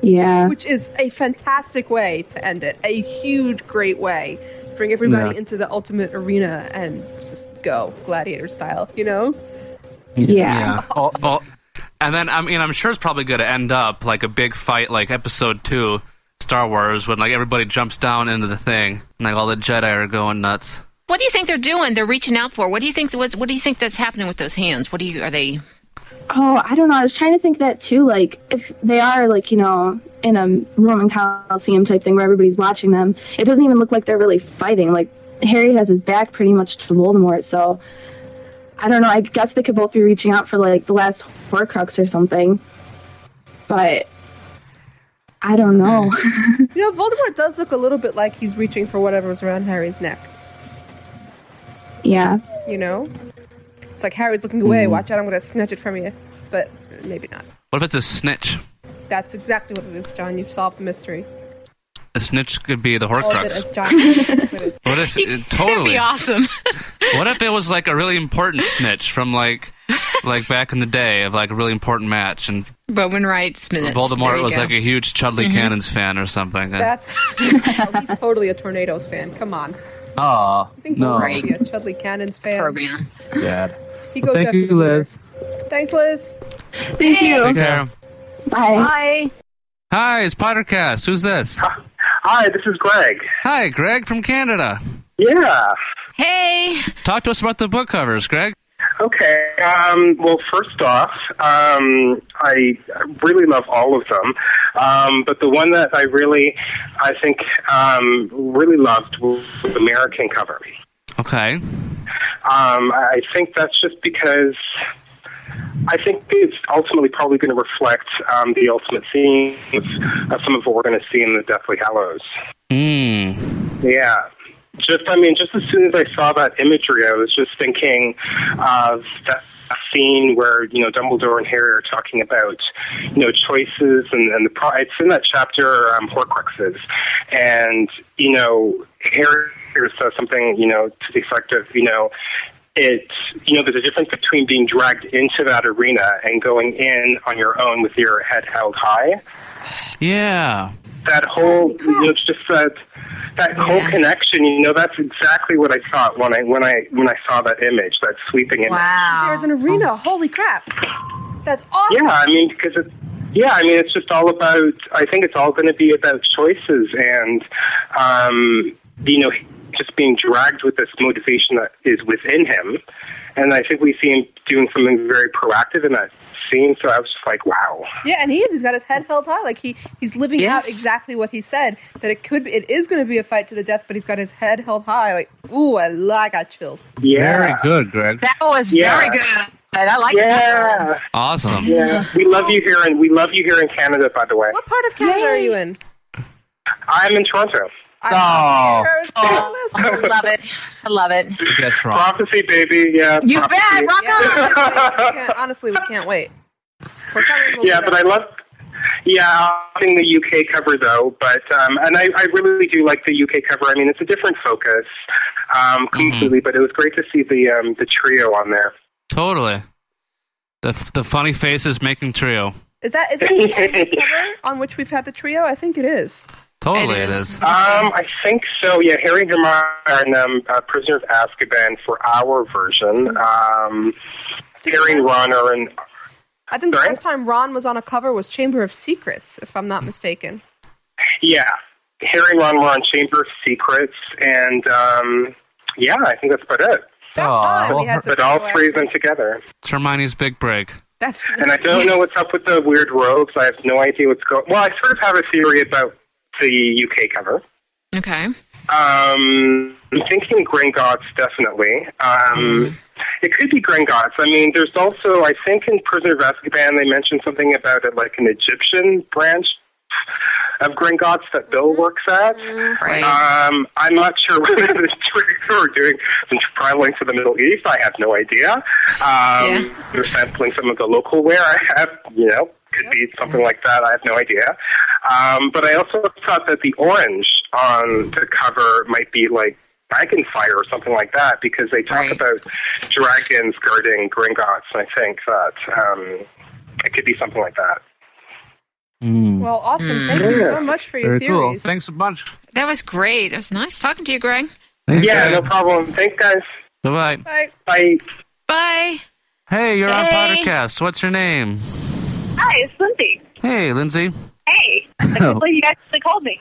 D: yeah.
F: which is a fantastic way to end it. A huge, great way. Bring everybody
L: Yeah.
F: into the ultimate arena and just go gladiator style, you know?
D: Yeah.
G: Well, well, Oh, and then I mean, I'm sure it's probably going to end up like a big fight, like Episode Two, Star Wars, when like everybody jumps down into the thing, and like all the Jedi are going nuts.
H: What do you think they're doing? They're reaching out for. What do you think? What's, what do you think that's happening with those hands? What do you? Are they?
D: Oh, I don't know. I was trying to think that too. Like, if they are, like, you know, in a Roman Coliseum type thing where everybody's watching them, it doesn't even look like they're really fighting. Like, Harry has his back pretty much to Voldemort, so I don't know. I guess they could both be reaching out for, like, the last Horcrux or something. But I don't know.
F: You know, Voldemort does look a little bit like he's reaching for whatever's around Harry's neck,
D: yeah.
F: you know? It's like Harry's looking away, watch out, I'm gonna snatch it from you. But maybe not.
G: What if it's a snitch?
F: That's exactly what it is, John. You've solved the mystery.
G: A snitch could be the
F: All of it, as
G: Horcrux.
F: John put it.
G: What if it,
H: That'd be
G: totally?
H: awesome.
G: What if it was like a really important snitch from like, like back in the day of like a really important match, and
H: Roman rights minutes. There
G: Voldemort
H: you
G: was
H: go.
G: like a huge Chudley
L: Mm-hmm.
G: Cannons fan or something?
F: That's he's totally a Tornadoes fan. Come on.
L: Aw,
F: I think
L: no,
F: no. he's a Chudley Cannons fan.
H: program.
L: sad.
F: He
L: Well,
F: goes
L: thank
F: after
L: you,
F: the leader.
L: Liz.
F: Thanks, Liz.
D: Thank you.
G: Take care.
H: Hi.
D: Bye.
G: Hi, it's Pottercast. Who's this?
M: Hi, this is Greg.
G: Hi, Greg from Canada.
M: Yeah.
H: Hey.
G: Talk to us about the book covers, Greg.
M: Okay. Um, well, first off, um, I really love all of them, um, but the one that I really, I think, um, really loved was the American cover.
G: Okay.
M: Um, I think that's just because I think it's ultimately probably going to reflect um, the ultimate theme of, of some of what we're going to see in the Deathly Hallows.
G: Mm.
M: Yeah. Just, I mean, just as soon as I saw that imagery, I was just thinking of that scene where, you know, Dumbledore and Harry are talking about, you know, choices and, and the, pro- it's in that chapter, um, Horcruxes. And, you know, Harry says something, you know, to the effect of, you know, it's, you know, there's a difference between being dragged into that arena and going in on your own with your head held high
G: Yeah.
M: that whole you know, it's just that that whole connection you know that's exactly what i thought when i when i when i saw that image that sweeping image
F: There's an arena. Holy crap. That's awesome.
M: yeah i mean because it yeah i mean it's just all about i think it's all going to be about choices and um you know just being dragged with this motivation that is within him and i think we see him doing something very proactive in that scene so i was just like wow
F: Yeah, and he is. He's got his head held high. Like he, he's living
H: Yes.
F: out exactly what he said. That it could be, it is going to be a fight to the death, but he's got his head held high. Like, ooh, I, li- I got chills.
M: yeah
G: Very good, Greg.
H: That was
M: Yeah.
H: very good. I like
M: yeah
G: Awesome.
M: Yeah, we love you here, and we love you here in Canada. By the way,
F: What part of Canada are you in?
M: I'm in Toronto.
F: I'm
H: Oh, I love it. I love it.
G: I guess wrong.
M: Prophecy, baby. Yeah.
H: You
M: prophecy.
H: bet. Rock
F: Yeah,
H: on.
F: we can't wait. We can't- honestly, we can't wait. We're coming. We'll
M: Yeah,
F: do
M: but I
F: that.
M: love. Yeah, I'm in the UK cover though, but um, and I, I really do like the UK cover. I mean, it's a different focus um, completely, but it was great to see the um, the trio on there.
G: Totally. The f- the funny faces making trio.
F: Is that is that the only cover on which we've had the trio? I think it is.
G: Totally, it
H: It is.
G: is.
L: Uh,
M: Um, I think so. Yeah, Harry and Hermione and um, uh, Prisoner of Azkaban for our
H: Mm-hmm.
M: version. Um, Harry and Ron are in.
F: I think the
M: Sorry?
F: last time Ron was on a cover was Chamber of Secrets, if I'm not mistaken.
M: Yeah, Harry and Ron were on Chamber of Secrets, and um, yeah, I think that's about it.
F: About time we had some
M: But all
F: trio
M: three of them together.
G: It's Hermione's big break.
F: That's
M: and I don't know what's up with the weird robes. I have no idea what's going. Well, I sort of have a theory about the UK cover.
H: Okay.
M: Um, I'm thinking Gringotts, definitely. Um, It could be Gringotts. I mean, there's also, I think in Prisoner of Azkaban, they mentioned something about it, like an Egyptian branch of Gringotts that Bill works at.
H: Right.
M: Um, I'm not sure whether the tricks are doing some traveling to the Middle East. I have no idea. Um, They're sampling some of the local wear. I have, you know, could be something like that. I have no idea. Um, but I also thought that the orange on the cover might be like dragon fire or something like that because they talk about dragons guarding Gringotts. And I think that um, it could be something like that.
F: Well, awesome. Thank you so much for your
G: Mm. Very
F: theories.
G: cool. Thanks a bunch.
H: That was great. It was nice talking to you, Greg.
G: Thanks,
M: yeah,
G: Greg.
M: no problem. Thanks, guys.
G: Bye bye.
F: Bye.
M: Bye.
H: Bye.
G: Hey, you're on
L: Hey.
G: podcast. What's your name?
L: Hi, it's Lindsay.
G: Hey, Lindsay.
L: Hey. I can't believe you actually called me.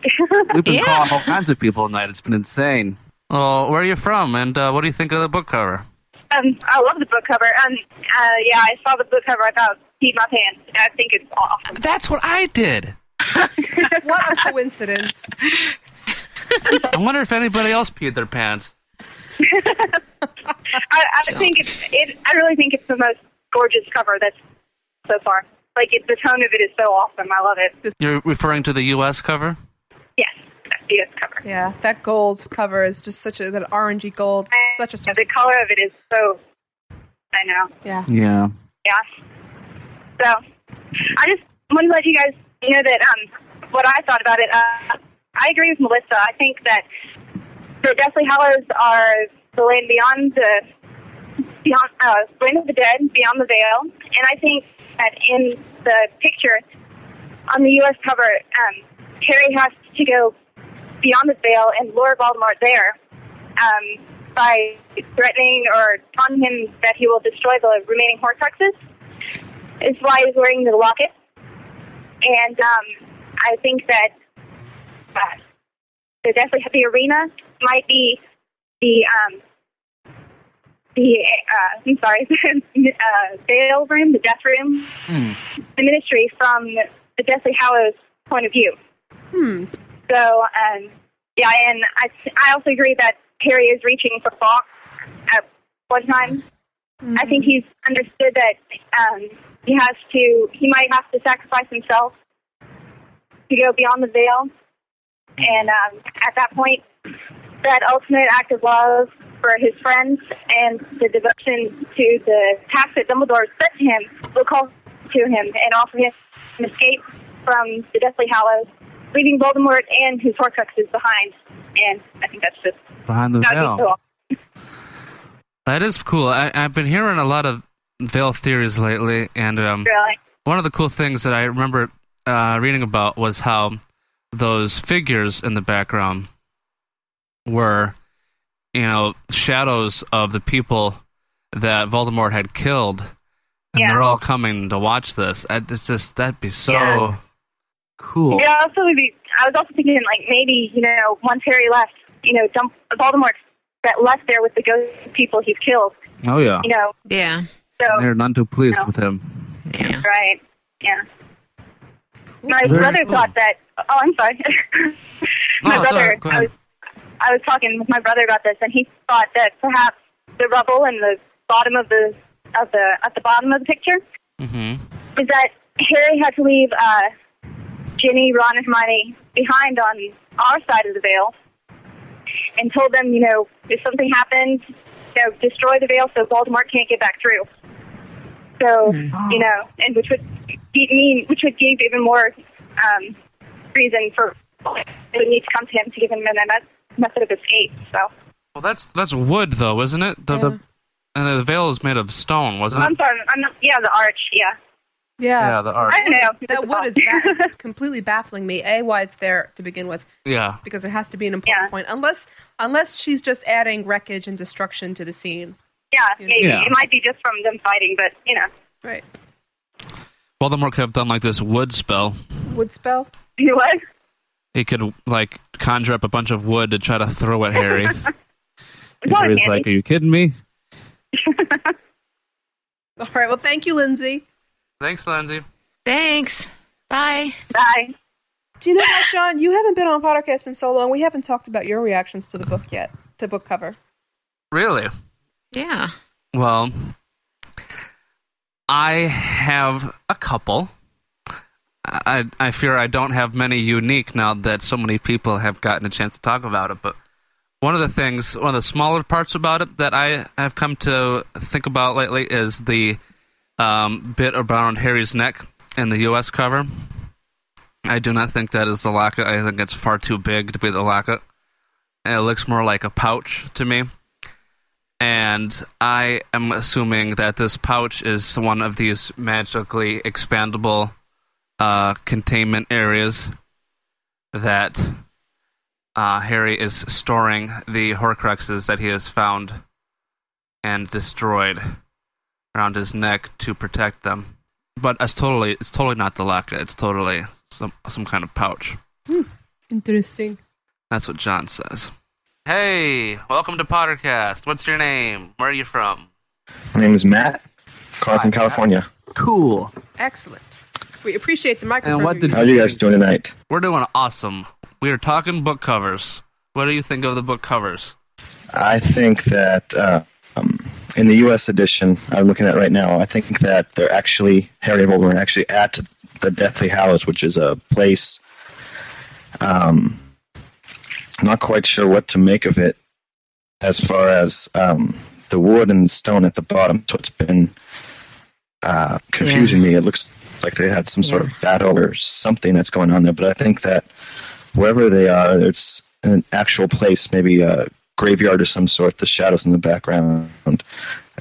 G: We've been calling all kinds of people tonight. It's been insane. Well, where are you from, and uh, what do you think of the book cover?
L: Um, I love the book cover. Um, uh, yeah, I saw the book cover. I thought, keep my pants. I think it's awesome.
G: That's what I did.
F: what a coincidence.
G: I wonder if anybody else peed their pants.
L: I, I think it's. It, I really think it's the most gorgeous cover that's so far. Like it, the tone of it is so awesome. I love it.
G: You're referring to the U.S. cover?
L: Yes, that's the cover.
F: Yeah, that gold cover is just such a that orangey gold, such a source.
L: The color of it is so. I know.
F: Yeah.
G: Yeah.
L: Yeah. So, I just wanted to let you guys know that um, what I thought about it. Uh, I agree with Melissa. I think that the Deathly Hallows are the land beyond the beyond uh, land of the dead, beyond the veil, and I think that in the picture on the U.S. cover, um, Harry has to go beyond the veil and lure Voldemort there um, by threatening or telling him that he will destroy the remaining Horcruxes. Is why he's wearing the locket, and um, I think that uh, the definitely the arena might be the um, the uh, I'm sorry, uh, veil room, the death room, the ministry from the Deathly Hallows point of view.
F: Hmm.
L: So, um, yeah, and I, I also agree that Harry is reaching for Fox at one time. I think he's understood that um, he has to, he might have to sacrifice himself to go beyond the veil. And um, at that point, that ultimate act of love for his friends and the devotion to the task that Dumbledore set to him will call to him and offer him an escape from the Deathly Hallows, leaving Voldemort and his Horcruxes behind. And I think that's just
G: Behind the
L: that would
G: veil.
L: be so awesome.
G: That is cool. I, I've been hearing a lot of veil theories lately, and um,
L: Really?
G: one of the cool things that I remember uh, reading about was how those figures in the background were, you know, shadows of the people that Voldemort had killed, and
L: Yeah.
G: they're all coming to watch this. I, it's just that'd be so
L: Yeah.
G: cool.
L: Yeah, I also would be. I was also thinking like maybe you know once Harry left, you know, Dump- Voldemort that left there with the ghost people he's killed.
G: Oh yeah,
L: You know.
H: Yeah.
L: So
G: they're none too pleased
L: No.
G: with him.
L: right. Yeah. My
G: Very
L: brother
G: cool.
L: thought that. Oh, I'm sorry. my
G: Oh,
L: brother.
G: sorry, go
L: I
G: ahead.
L: was I was talking with my brother about this, and he thought that perhaps the rubble and the bottom of the of the at the bottom of the picture
G: Mm-hmm.
L: is that Harry had to leave uh, Ginny, Ron, and Hermione behind on our side of the veil and told them, you know, if something happened, you know, destroy the veil so Voldemort can't get back through. So, you know, and which would be- mean, which would give even more um, reason for it would need to come to him to give him a me- method of escape. So,
G: Well, that's that's wood though, isn't it? The, the and the veil is made of stone, wasn't
L: I'm
G: it?
L: sorry, I'm not, yeah, the arch, yeah.
F: Yeah.
G: Yeah, the arch.
L: I don't know.
F: That wood is ba- it's completely baffling me. A, why it's there to begin with,
G: Yeah.
F: because there has to be an important point. Unless, unless she's just adding wreckage and destruction to the scene.
L: Yeah, maybe.
G: Yeah.
L: It might be just from them fighting, but, you know.
F: Right.
G: Voldemort could have done like this wood spell.
F: Wood spell.
L: You what?
G: He could like conjure up a bunch of wood to try to throw at Harry. And
L: always
G: Harry's like, "Are you kidding me?"
F: All right. Well, thank you, Lindsay.
G: Thanks, Lindsay.
H: Thanks. Bye.
L: Bye.
F: Do you know what, John? You haven't been on podcast in so long. We haven't talked about your reactions to the book yet, to book cover.
G: Really?
H: Yeah.
G: Well, I have a couple. I I fear I don't have many unique now that so many people have gotten a chance to talk about it. But one of the things, one of the smaller parts about it that I have come to think about lately is the um, bit around Harry's neck in the U.S. cover. I do not think that is the locket. I think it's far too big to be the locket. It looks more like a pouch to me. And I am assuming that this pouch is one of these magically expandable uh, containment areas that uh, Harry is storing the Horcruxes that he has found and destroyed around his neck to protect them. But it's totally it's totally not the locket. It's totally some some kind of pouch.
F: Hmm. Interesting.
G: That's what John says. Hey, welcome to Pottercast. What's your name? Where are you from?
N: My name is Matt. Calling from California.
G: Cool.
F: Excellent. We appreciate the microphone.
N: How are you guys doing tonight?
G: We're doing awesome. We are talking book covers. What do you think of the book covers?
N: I think that uh, um, in the U.S. edition I'm looking at right now, I think that they're actually Harry and Voldemort are actually at the Deathly Hallows, which is a place. Um, I'm not quite sure what to make of it, as far as um, the wood and the stone at the bottom. So it's been uh, confusing me. It looks like they had some sort of battle or something that's going on there. But I think that wherever they are, it's an actual place, maybe a graveyard of some sort. The shadows in the background,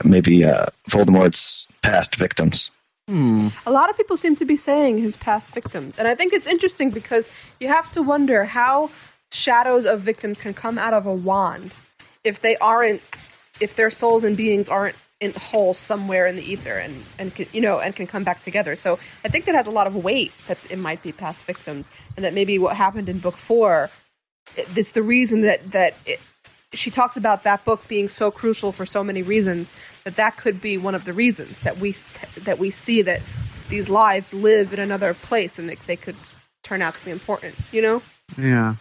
N: maybe uh, Voldemort's past victims.
F: A lot of people seem to be saying his past victims. And I think it's interesting because you have to wonder how shadows of victims can come out of a wand if they aren't if their souls and beings aren't in whole somewhere in the ether and and can, you know and can come back together. So I think that has a lot of weight that it might be past victims and that maybe what happened in book 4 it- it's the reason that that it, she talks about that book being so crucial for so many reasons that that could be one of the reasons that we s- that we see that these lives live in another place and that they could turn out to be important you know
G: Yeah.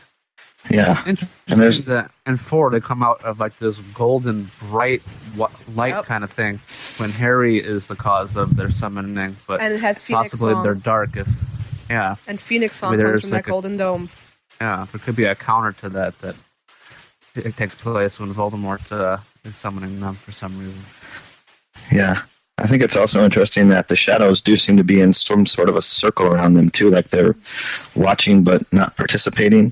N: Yeah.
G: And there's that and four they come out of like this golden bright wa- light
F: Yep.
G: kind of thing when Harry is the cause of their summoning, but
F: And it has Phoenix
G: possibly
F: Song.
G: they're dark if yeah.
F: and phoenix song
G: Maybe
F: comes
G: there's
F: from
G: like
F: that
G: a-
F: golden dome
G: Yeah, there could be a counter to that that it takes place when Voldemort uh, is summoning them for some reason.
N: Yeah. I think it's also interesting that the shadows do seem to be in some sort of a circle around them too, like they're watching but not participating.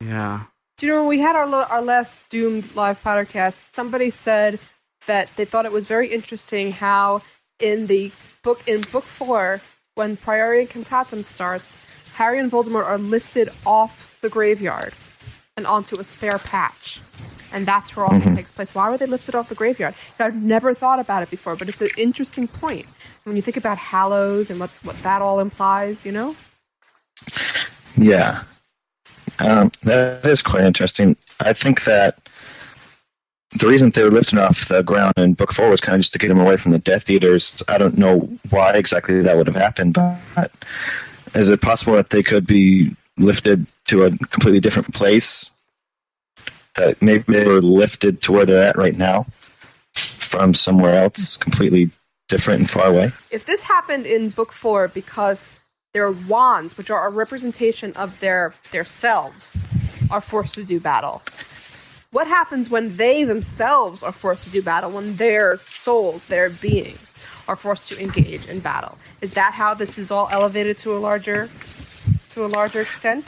G: Yeah.
F: Do you know when we had our lo- our last doomed live podcast? Somebody said that they thought it was very interesting how in the book in book four, when Priori Cantatum starts, Harry and Voldemort are lifted off the graveyard and onto a spare patch, and that's where all this
O: Mhm.
F: takes place. Why were they lifted off the graveyard? And I've never thought about it before, but it's an interesting point when you think about Hallows and what what that all implies. You know.
N: Yeah. Um, that is quite interesting. I think that the reason they were lifted off the ground in book four was kind of just to get them away from the Death Eaters. I don't know why exactly that would have happened, but is it possible that they could be lifted to a completely different place? That maybe they were lifted to where they're at right now from somewhere else, completely different and far away?
F: if this happened in book four because their wands which are a representation of their their selves are forced to do battle what happens when they themselves are forced to do battle when their souls their beings are forced to engage in battle is that how this is all elevated to a larger to a larger extent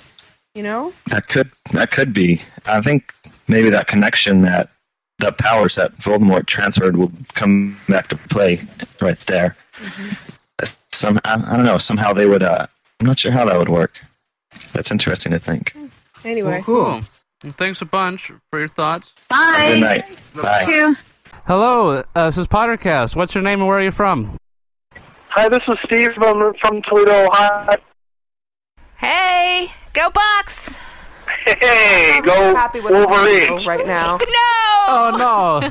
F: you know
N: That could that could be. I think maybe that connection that the powers that Voldemort transferred will come back to play right there. Some I, I don't know. Somehow they would. Uh, I'm not sure how that would work. That's interesting to think.
F: anyway
G: cool. Well, thanks a bunch for your thoughts.
F: Bye.
N: Good night. Bye.
G: Hello, uh, this is Pottercast. What's your name and where are you from?
P: Hi, this is Steve. I'm from Toledo, Ohio.
H: Hey, go Bucks!
P: Hey, go
F: happy with
P: Wolverines!
F: Ohio right now. No.
G: Oh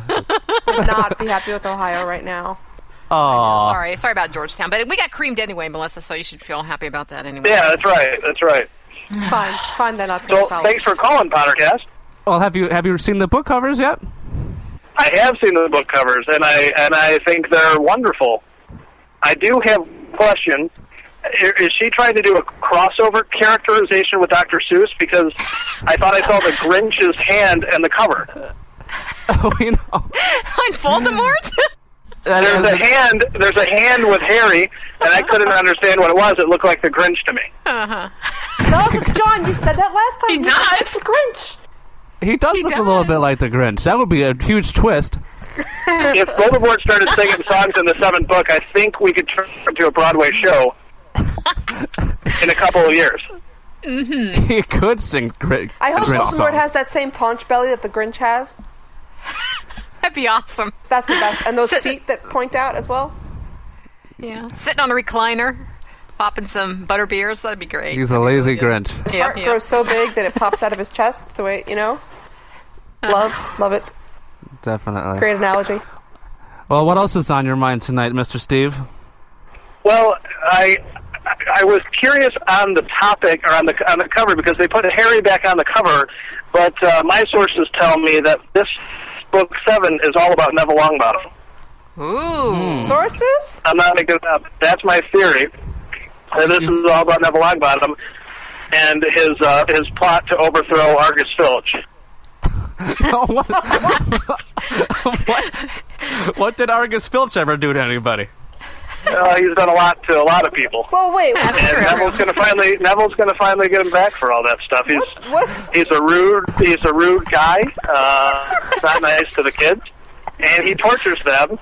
G: no.
F: Would not be happy with Ohio right now.
G: Oh.
H: Sorry, sorry about Georgetown, but we got creamed anyway, Melissa. So you should feel happy about that anyway.
P: Yeah, that's right. That's right.
F: Fine, fine. Then I'll take
P: So
F: solace.
P: thanks for calling, Pottercast.
G: Well, have you have you seen the book covers yet?
P: I have seen the book covers, and I and I think they're wonderful. I do have a question. I- Is she trying to do a crossover characterization with Dr. Seuss? Because I thought I saw the Grinch's hand and the cover.
G: Oh, you know.
H: On Voldemort?
P: There's a hand. There's a hand with Harry, and I couldn't understand what it was. It looked like the Grinch to me.
F: Uh-huh. No, John, you said that last time. He does. The Grinch.
G: He does look a little bit like the Grinch. That would be a huge twist.
P: if Voldemort started singing songs in the seventh book, I think we could turn it into a Broadway show in a couple of years.
F: Mm-hmm.
G: He could sing Grinch.
F: I hope
G: Grinch
F: Voldemort
G: song.
F: has that same paunch belly that the Grinch has.
H: That'd be awesome.
F: That's the best. And those feet that point out as well.
H: Yeah. Sitting on a recliner, popping some butter beers. That'd be great.
G: He's a lazy Grinch.
F: His
H: Yeah,
F: heart
H: yeah.
F: grows so big that it pops out of his chest. The way you know.
H: Uh-huh.
F: Love, love it.
G: Definitely.
F: Great analogy.
G: Well, what else is on your mind tonight, Mr. Steve?
P: Well, I I was curious on the topic or on the on the cover because they put Harry back on the cover, but uh, my sources tell me that this book seven is all about Neville Longbottom.
H: Ooh.
F: Sources?
P: I'm not making it up. That's my theory. That this is all about Neville Longbottom and his uh, his plot to overthrow Argus Filch.
G: what? what? What did Argus Filch ever do to anybody?
P: Uh, he's done a lot to a lot of people.
F: Well, wait.
P: And Neville's gonna finally Neville's gonna finally get him back for all that stuff. He's
F: What?
P: he's a rude he's a rude guy. Uh, not nice to the kids, and he tortures them.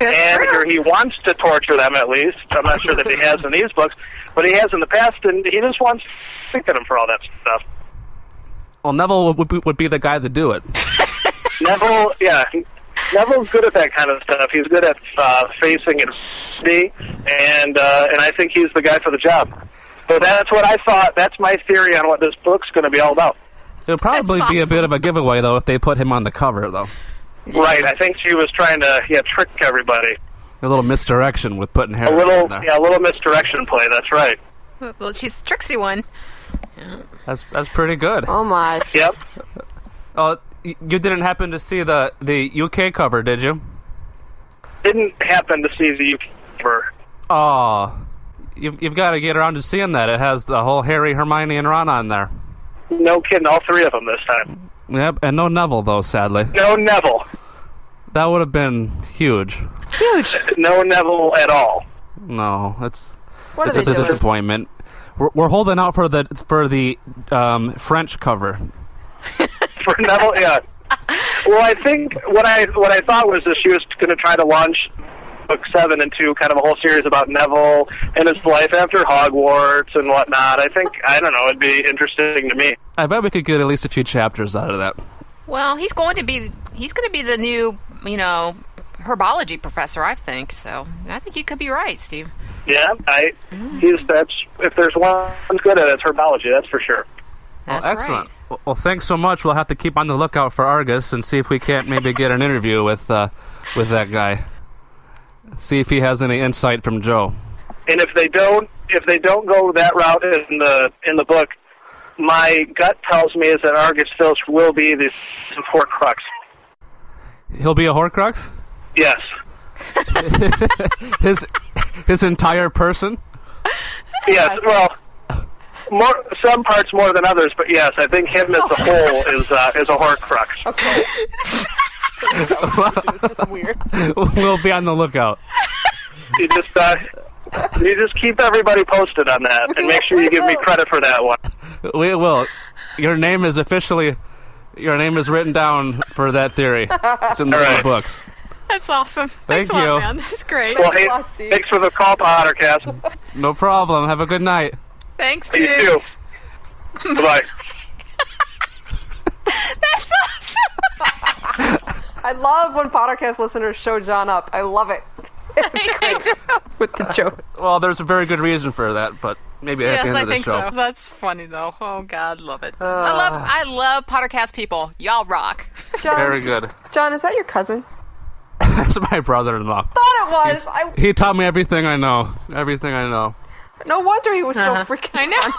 P: and or he wants to torture them at least. I'm not sure that he has in these books, but he has in the past, and he just wants to at him for all that stuff.
G: Well, Neville would be, would be the guy to do it.
P: Neville, yeah, Neville's good at that kind of stuff. He's good at uh, facing adversity, and uh, and I think he's the guy for the job. So that's what I thought. That's my theory on what this book's going to be all about.
G: It would probably be a bit of a giveaway, though, if they put him on the cover, though.
P: Right. I think she was trying to yeah trick everybody.
G: A little misdirection with putting Harry
P: A
G: on
P: little
G: there.
P: yeah, a little misdirection play. That's right.
H: Well, she's a tricksy one.
G: That's that's pretty good.
F: Oh my.
P: Yep.
G: Oh, y- you didn't happen to see the the UK cover, did you?
P: Didn't happen to see the cover.
G: Oh, you've you've got to get around to seeing that. It has the whole Harry, Hermione, and Ron on there.
P: No kidding. All three of them this time.
G: Yep, and no Neville though. Sadly,
P: No Neville.
G: that would have been huge.
F: Huge.
P: No Neville at all.
G: No, that's
F: What are
G: it's
F: they
G: just a
F: doing?
G: disappointment. We're, we're holding out for the for the um, French cover.
P: for Neville. Yeah. Well, I think what I what I thought was that she was going to try to launch book seven into kind of a whole series about Neville and his life after Hogwarts and whatnot. I think I don't know. It'd be interesting to me.
G: I bet we could get at least a few chapters out of that.
H: Well, he's going to be he's going to be the new, you know, herbology professor, I think. So, I think you could be right, Steve.
P: Yeah, I. He's that's if there's one that's good at it, it's herbology. That's for sure.
H: That's
G: well, excellent. Well, well, thanks so much. We'll have to keep on the lookout for Argus and see if we can't maybe get an interview with uh, with that guy. See if he has any insight from Joe.
P: And if they don't, if they don't go that route in the in the book, my gut tells me is that Argus Filch will be the Horcrux.
G: He'll be a Horcrux.
P: Yes.
G: his his entire person.
P: Yes, well, more some parts more than others, but yes, I think him as a whole is uh, is a horcrux.
F: Okay.
G: it's just weird. we'll be on the lookout.
P: You just uh, you just keep everybody posted on that, and make sure you give me credit for that one.
G: We will. Your name is officially. Your name is written down for that theory. It's in the
P: All right.
G: books.
H: That's awesome.
G: Thanks a lot, you. man.
H: That's great.
P: Well, hey, thanks for the call, Pottercast.
G: No problem. Have a good night.
H: Thanks,
P: You too. Bye.
H: That's
F: awesome. I love when Pottercast listeners show John up. I love it. It's great. With the joke.
G: Well, there's a very good reason for that, but maybe at
H: yes,
G: the end
H: I
G: of the
H: think
G: show.
H: so. That's funny though. Oh God, love
P: Uh.
H: it. I love I love Pottercast people. Y'all rock.
G: Very good.
F: John, is that your cousin?
G: That's my brother-in-law.
F: Thought it was. I,
G: He taught me everything I know. Everything I know.
F: no wonder he was
H: Uh-huh.
F: so freaking. I know.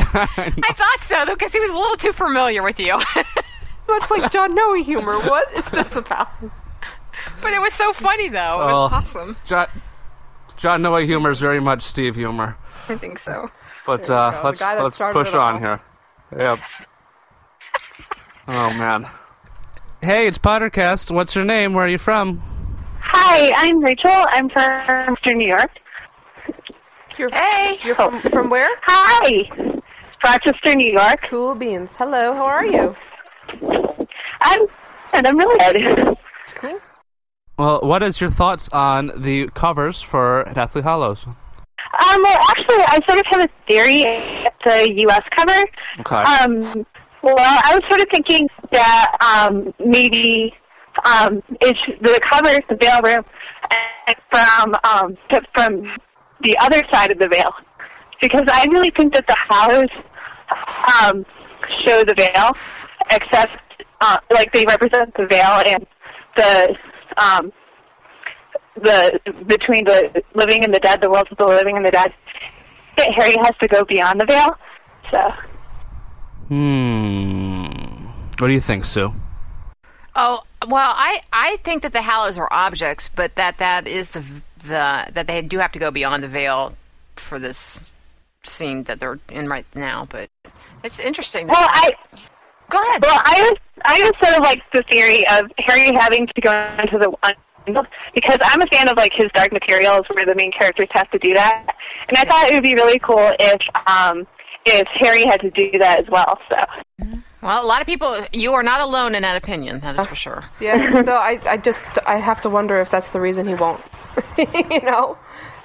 H: I thought so, though, because he was a little too familiar with you.
F: Much like John Noe humor. What is this about?
H: But it was so funny, though. It was
G: Oh.
H: awesome.
G: John, John Noah humor is very much Steve humor.
H: I think so.
G: But
H: There we
G: uh,
H: go.
G: let's
H: The guy that
G: let's
H: started
G: push
H: it all.
G: on here. Yep. oh man. Hey, it's Pottercast. What's your name? Where are you from?
O: Hi, I'm Rachel. I'm from Eastern New York.
F: You're, hey. You're from, from where?
O: Hi. Rochester, New York.
F: Cool beans. Hello. How are you?
O: I'm and I'm really good.
G: Well, what is your thoughts on the covers for Deathly Hollows?
O: Um, well, actually, I sort of have a theory at the U.S. cover.
G: Okay.
O: Um, well, I was sort of thinking that um, maybe um, it's the cover is the veil room and from um, to, from the other side of the veil, because I really think that the hollows um, show the veil, except uh, like they represent the veil and the um, the between the living and the dead, the worlds of the living and the dead. That Harry has to go beyond the veil. So.
G: Hmm. What do you think, Sue?
H: Oh well, I I think that the Hallows are objects, but that that is the the that they do have to go beyond the veil for this scene that they're in right now. But it's interesting.
O: Well, I
H: go ahead.
O: Well, I was I was sort of like the theory of Harry having to go into the one because I'm a fan of like his Dark Materials, where the main characters have to do that, and I thought it would be really cool if um if Harry had to do that as well. So
H: Well, a lot of people, you are not alone in that opinion. That is for sure.
F: Yeah, though I, I just I have to wonder if that's the reason he won't. you know,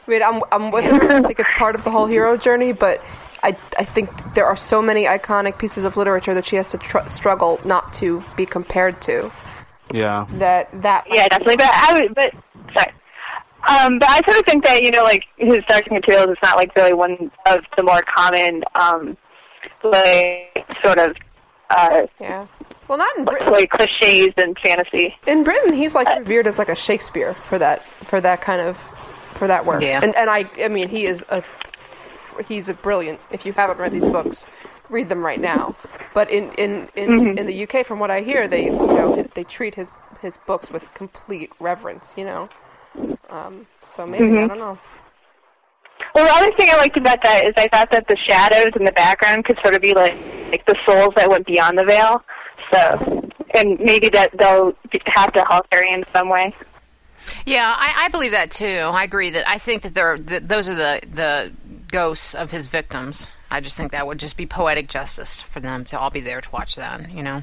F: I mean, I'm I'm with her. I think it's part of the whole hero journey, but I I think there are so many iconic pieces of literature that she has to tr- struggle not to be compared to.
G: Yeah.
F: That that
O: yeah, definitely. But I would, but sorry. Um, but I sort of think that you know, like his Dark Materials is not like really one of the more common um like sort of uh
F: yeah well not in
O: like cliches and fantasy.
F: in Britain he's like revered as like a Shakespeare for that for that kind of for that work.
O: Yeah.
F: And and I I mean he is a he's a brilliant. If you haven't read these books, read them right now. But in in in,
H: Mm-hmm.
O: Mhm.
F: in the UK, from what I hear, they you know they treat his his books with complete reverence. You know, um, so maybe I
H: Mm-hmm.
O: Mhm.
F: don't know.
O: Well, the other thing I liked about that is I thought that the shadows in the background could sort of be like like the souls that went beyond the veil. So, and maybe that they'll have to help Harry in some way.
H: Yeah, I, I believe that too. I agree that I think that they're that those are the the ghosts of his victims. I just think that would just be poetic justice for them to all be there to watch that. You know,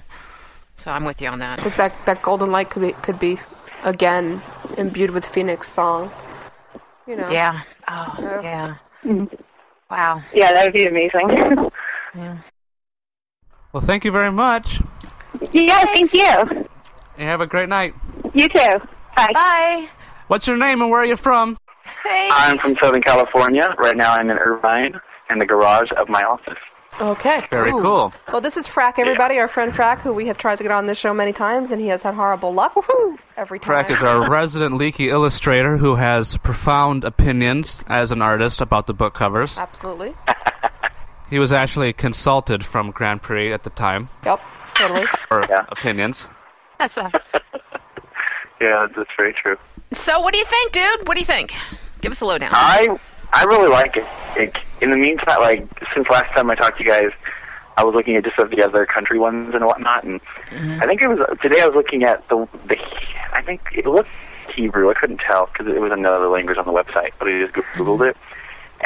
H: so I'm with you on
F: I
H: that.
F: think that that golden light could be could be again imbued with Phoenix song. You know.
H: Yeah. Oh,
F: Uh-huh.
H: yeah. Wow.
O: Mm-hmm. Yeah, that would be amazing.
G: Well, thank you very much.
O: yeah, thank you.
G: And have a great night.
O: You too. Bye.
H: Bye.
G: What's your name and where are you from?
Q: I'm from Southern California. Right now, I'm in Irvine in the garage of my office.
F: Okay.
G: Very
F: Ooh.
G: cool.
F: Well, this is Frack, everybody, our friend Frack, who we have tried to get on this show many times, and he has had horrible luck every time.
G: Crack is our resident leaky illustrator who has profound opinions as an artist about the book covers.
F: Absolutely.
G: He was actually consulted from Grand Prix at the time
F: Yep. Totally.
G: for opinions.
H: That's a,
Q: Yeah, that's very true.
H: so. What do you think, dude? What do you think? Give us a lowdown.
Q: I I really like it. Like, in the meantime, like since last time I talked to you guys, I was looking at just of the other country ones and whatnot, and
G: Mm-hmm.
K: Mm-hmm.
Q: I think it was today. I was looking at the the I think it was Hebrew. I couldn't tell because it was another language on the website, but I just googled it.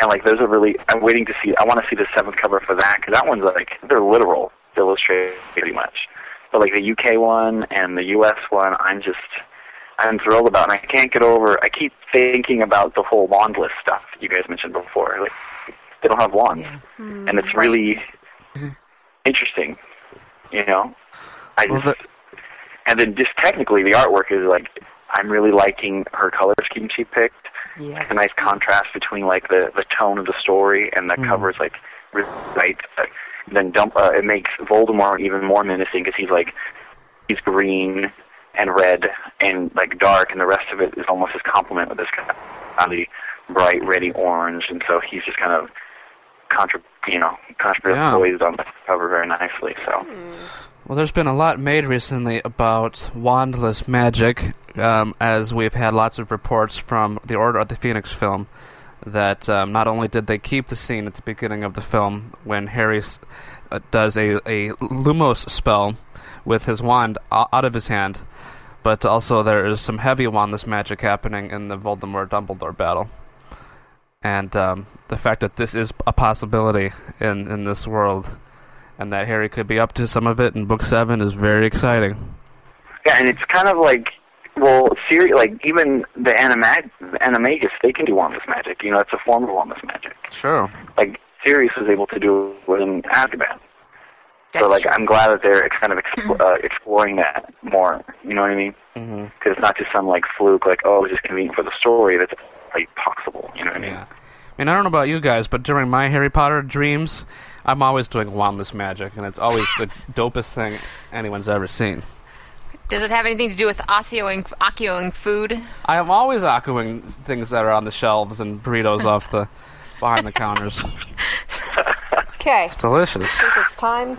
Q: And like, those are really. I'm waiting to see. I want to see the seventh cover for that because that one's like they're literal illustrated pretty much. But like the UK one and the US one, I'm just I'm thrilled about, and I can't get over. I keep thinking about the whole wandless stuff you guys mentioned before. Like they don't have wands, and it's really interesting. You know, I just and then just technically the artwork is like I'm really liking her color scheme she picked.
H: Yes.
Q: A nice contrast between like the the tone of the story and the covers, like really light. Like, then dump uh, it makes Voldemort even more menacing because he's like he's green and red and like dark, and the rest of it is almost his complement with this kind of really bright, reddy orange, and so he's just kind of contra- you know, Contra
G: Yeah.
Q: poised on the cover very nicely. So
G: Well, there's been a lot made recently about wandless magic, um, as we've had lots of reports from the Order of the Phoenix film that um, not only did they keep the scene at the beginning of the film when Harry s- uh, does a, a Lumos spell with his wand o- out of his hand, but also there is some heavy wandless magic happening in the Voldemort Dumbledore battle. And um, the fact that this is a possibility in, in this world and that Harry could be up to some of it in book seven is very exciting.
Q: yeah, and it's kind of like well, seri- like even the animag animagus, they can do wandless magic. You know, it's a form of wandless magic.
G: Sure.
Q: Like Sirius was able to do it in Azkaban. so like I'm glad that they're ex- kind of exp- uh, exploring that more. You know what I mean?
G: Mm-hmm.
Q: Because it's not just some like fluke, like oh, it's just convenient for the story. That's like possible. You know what I mean?
G: I mean, I don't know about you guys, but during my Harry Potter dreams, I'm always doing wandless magic, and it's always the dopest thing anyone's ever seen.
H: Does it have anything to do with osseoing, occioing food?
G: I am always aquaing things that are on the shelves and burritos off the behind the counters.
F: Okay.
G: It's delicious.
F: I think it's time.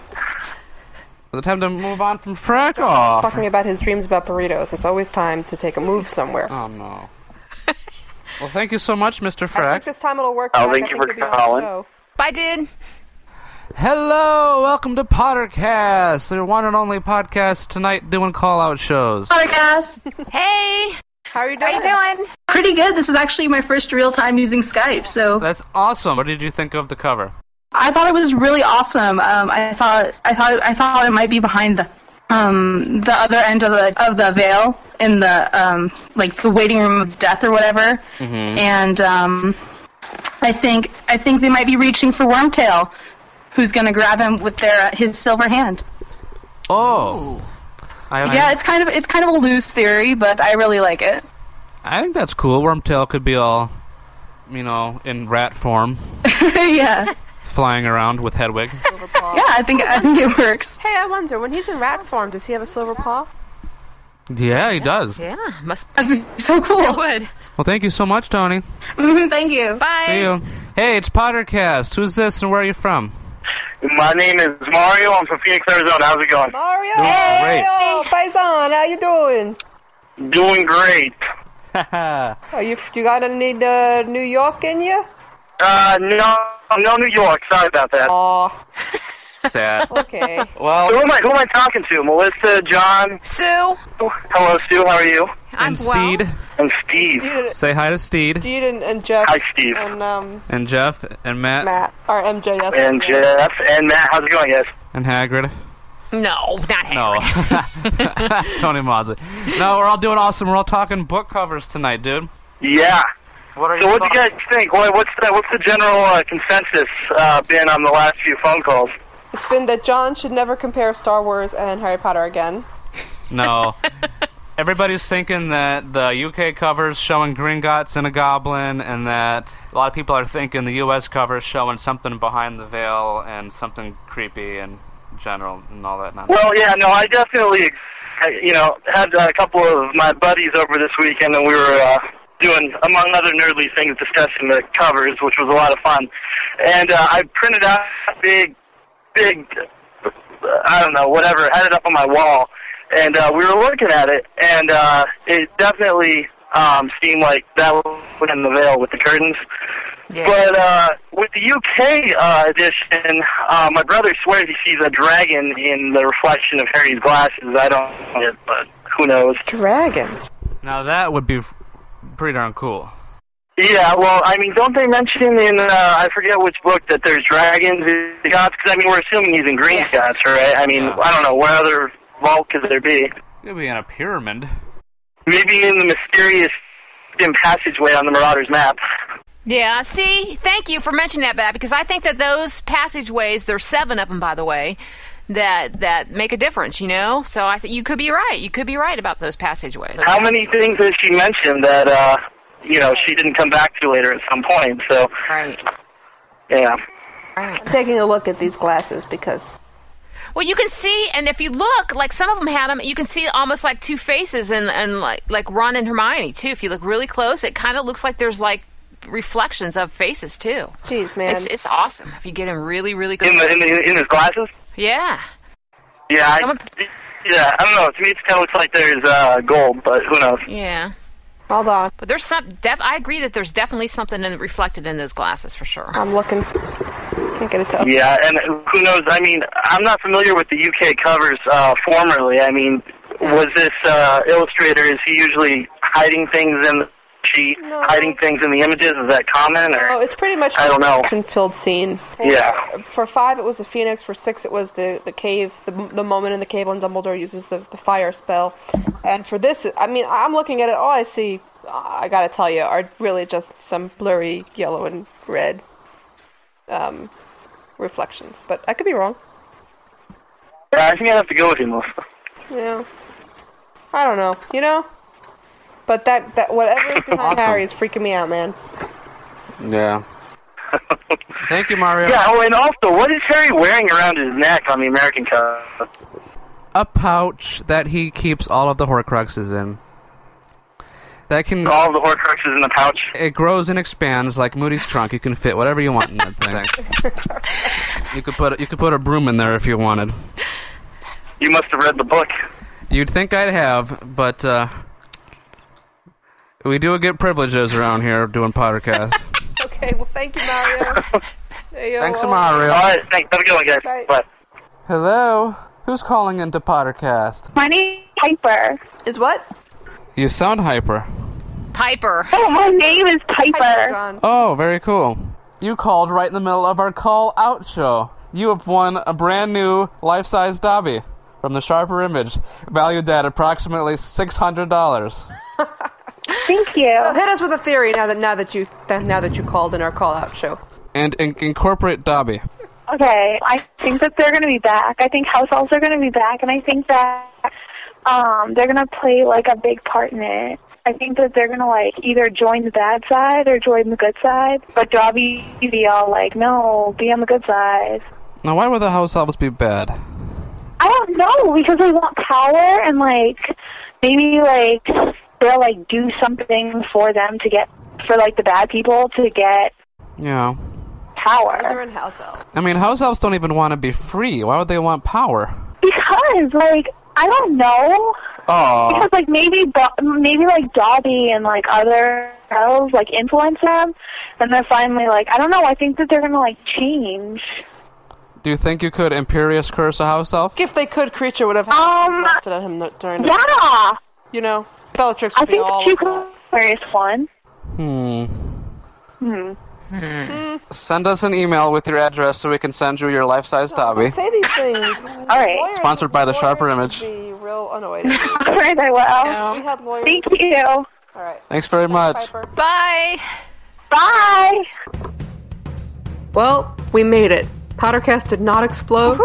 G: The time to move on from Oh, Frack off.
F: Talking about his dreams about burritos. It's always time to take a move somewhere.
G: Oh no. Well, thank you so much, Mr.
F: I think
G: Frack.
F: this time it'll work.
G: Oh,
F: Zach.
G: thank
F: I
G: you
F: think
G: for
F: you'll be on the
G: calling.
F: show.
H: Bye, dude.
G: Hello, welcome to Pottercast, their one and only podcast tonight doing call out shows.
R: Hi guys.
H: Hey.
F: How are you doing?
R: How you doing? Pretty good. This is actually my first real time using Skype, so
G: That's awesome. What did you think of the cover?
R: I thought it was really awesome. Um, I thought I thought I thought it might be behind the um, the other end of the of the veil in the um, like the waiting room of death or whatever.
D: Mhm.
R: And um, I think I think they might be reaching for Wormtail, who's gonna grab him with their uh, his silver hand.
G: Oh. I, I-
R: Yeah, it's kind of it's kind of a loose theory, but I really like it.
G: I think that's cool. Wormtail could be all, you know, in rat form,
R: yeah.
G: flying around with Hedwig.
R: Yeah, I think I think it works.
F: Hey, I wonder when he's in rat form, does he have a silver paw?
G: Yeah, he does.
H: Yeah, must
R: be so cool.
H: It would.
G: Well, thank you so much, Tony.
R: Thank you.
H: Bye.
G: See you. Hey, it's Pottercast. Who's this and where are you from?
K: My name is Mario. I'm from Phoenix, Arizona. How's it going?
F: Mario.
G: Doing
F: Hey,
G: great.
F: yo, Paisan, how you doing?
K: Doing great.
F: Are you you got any uh, New York in you?
K: Uh, no, no New York. Sorry about that.
F: Aw.
G: Sad.
F: Okay.
K: well, who am I? Who am I talking to? Melissa, John,
H: Sue.
F: Oh,
K: Hello, Sue. How are you?
H: I'm
G: and Steed.
K: And Steve.
G: Say hi to Steed.
F: Deed and, and Jeff.
K: Hi, Steve.
F: And um,
G: And Jeff. And Matt.
F: Matt. Or MJ, that's
K: And
F: right.
K: Jeff and Matt. How's it going, guys?
G: And Hagrid.
H: No, not
G: No. Tony Mazza. No, we're all doing awesome. We're all talking book covers tonight, dude.
K: Yeah.
G: What are
K: so,
G: your
K: what do you guys think? What, what's the what's the general uh, consensus uh, been on the last few phone calls?
F: It's been that John should never compare Star Wars and Harry Potter again.
G: No. Everybody's thinking that the UK cover's showing Gringotts and a goblin, and that a lot of people are thinking the US cover's showing something behind the veil and something creepy and general and all that nonsense.
K: Well, yeah, no, I definitely, uh, you know, had uh, a couple of my buddies over this weekend, and we were uh, doing, among other nerdly things, discussing the covers, which was a lot of fun. And uh, I printed out a big, big, uh, I don't know, whatever, had it up on my wall, and uh, we were looking at it, and uh, it definitely um, seemed like that was in the veil with the curtains. But uh, with the UK uh, edition, uh, my brother swears he sees a dragon in the reflection of Harry's glasses. I don't, know, but who knows?
F: Dragon.
G: Now that would be f- pretty darn cool.
K: Yeah, well, I mean, don't they mention in uh, I forget which book that there's dragons in the gods? Because I mean, we're assuming he's in Green Gods, right? I mean, I don't know what other vault could there be?
G: It'd be in a pyramid.
K: Maybe in the mysterious dim passageway on the Marauder's map.
H: Yeah, see, thank you for mentioning that, Bat, because I think that those passageways, there's seven of them, by the way, that that make a difference, you know? So I think you could be right. You could be right about those passageways.
K: How many things has she mentioned that uh, you know she didn't come back to later at some point? So,
H: right.
K: yeah.
F: I'm taking a look at these glasses because
H: Well, you can see, and if you look, like some of them had them, you can see almost like two faces, and and like like Ron and Hermione too. If you look really close, it kind of looks like there's like reflections of faces too.
F: Jeez, man,
H: it's, it's awesome if you get him really, really good.
P: In the in the in his glasses.
H: yeah,
P: Yeah, I, yeah. I don't know. To me, it kind of looks like there's uh, gold, but who knows?
H: yeah.
F: Hold on.
H: But there's some. Def- I agree that there's definitely something in, reflected in those glasses for sure.
F: I'm looking. Can't get it to.
P: Yeah, and who knows? I mean, I'm not familiar with the UK covers uh, formerly. I mean, was this uh, illustrator? Is he usually hiding things in the sheet, hiding things in the images? Is that common? Or
F: Oh, it's pretty much
P: I don't know.
F: filled scene.
P: Yeah.
F: For five, it was the phoenix. For six, it was the the cave. The, the moment in the cave when Dumbledore uses the, the fire spell. And for this, I mean, I'm looking at it. All I see, I gotta tell you, are really just some blurry yellow and red um, reflections. But I could be wrong.
P: Yeah, I think I have to go with you, Melissa.
F: Yeah. I don't know. You know. But that that whatever is behind
G: Awesome.
F: Harry is freaking me out, man.
G: Yeah. Thank you, Mario.
P: Yeah. Oh, and also, what is Harry wearing around his neck on the American cover?
G: A pouch that he keeps all of the Horcruxes in. That can
P: All the Horcruxes in the pouch.
G: It grows and expands like Moody's trunk. You can fit whatever you want in that thing. you could put you could put a broom in there if you wanted.
P: You must have read the book.
G: You'd think I'd have, but uh, we do get privileges around here doing podcast.
F: Okay. Well, thank you, Mario. There you
G: Thanks,
F: are.
G: Mario.
P: All right. Thanks. Have a good one, guys.
F: Bye.
G: Hello, who's calling into Pottercast?
O: My name is Piper.
F: Is what?
G: You sound hyper.
H: Piper.
O: Oh, my name is Piper.
G: Oh, very cool. You called right in the middle of our call out show. You have won a brand new life size Dobby from the Sharper Image, valued at approximately six hundred dollars.
O: Thank you.
F: So hit us with a theory now that now that you that, now that you called in our call out show.
G: And in- incorporate Dobby.
O: Okay, I think that they're going to be back. I think house elves are going to be back, and I think that um, they're going to play like a big part in it. I think that they're going to like either join the bad side or join the good side. But Dobby be all like, no, be on the good side.
G: Now, why would the house elves be bad?
O: I don't know because they want power and like maybe like they'll like do something for them to get for like the bad people to get
G: Yeah.
O: power.
F: They're in house elves.
G: I mean, house elves don't even want to be free. Why would they want power?
O: Because like I don't know.
G: Oh,
O: Because like maybe Do- maybe like Dobby and like other elves like influence them, and they're finally like I don't know. I think that they're gonna like change.
G: do you think you could imperious curse a house elf?
F: If they could, creature would have um, melted at him during. The,
O: yeah.
F: You know, Bellatrix would
O: I
F: be
O: think
F: all.
O: she could various one.
G: Hmm.
O: Hmm.
G: Send us an email with your address so we can send you your life-size Dobby.
F: Say these things. all
O: right.
G: Sponsored by the Sharper Image.
F: Be real annoyed.
O: all right, I will.
F: We had lawyers.
O: Thank you. All
F: right.
G: Thanks very much.
H: Bye.
O: Bye.
F: Well, we made it. Pottercast did not explode.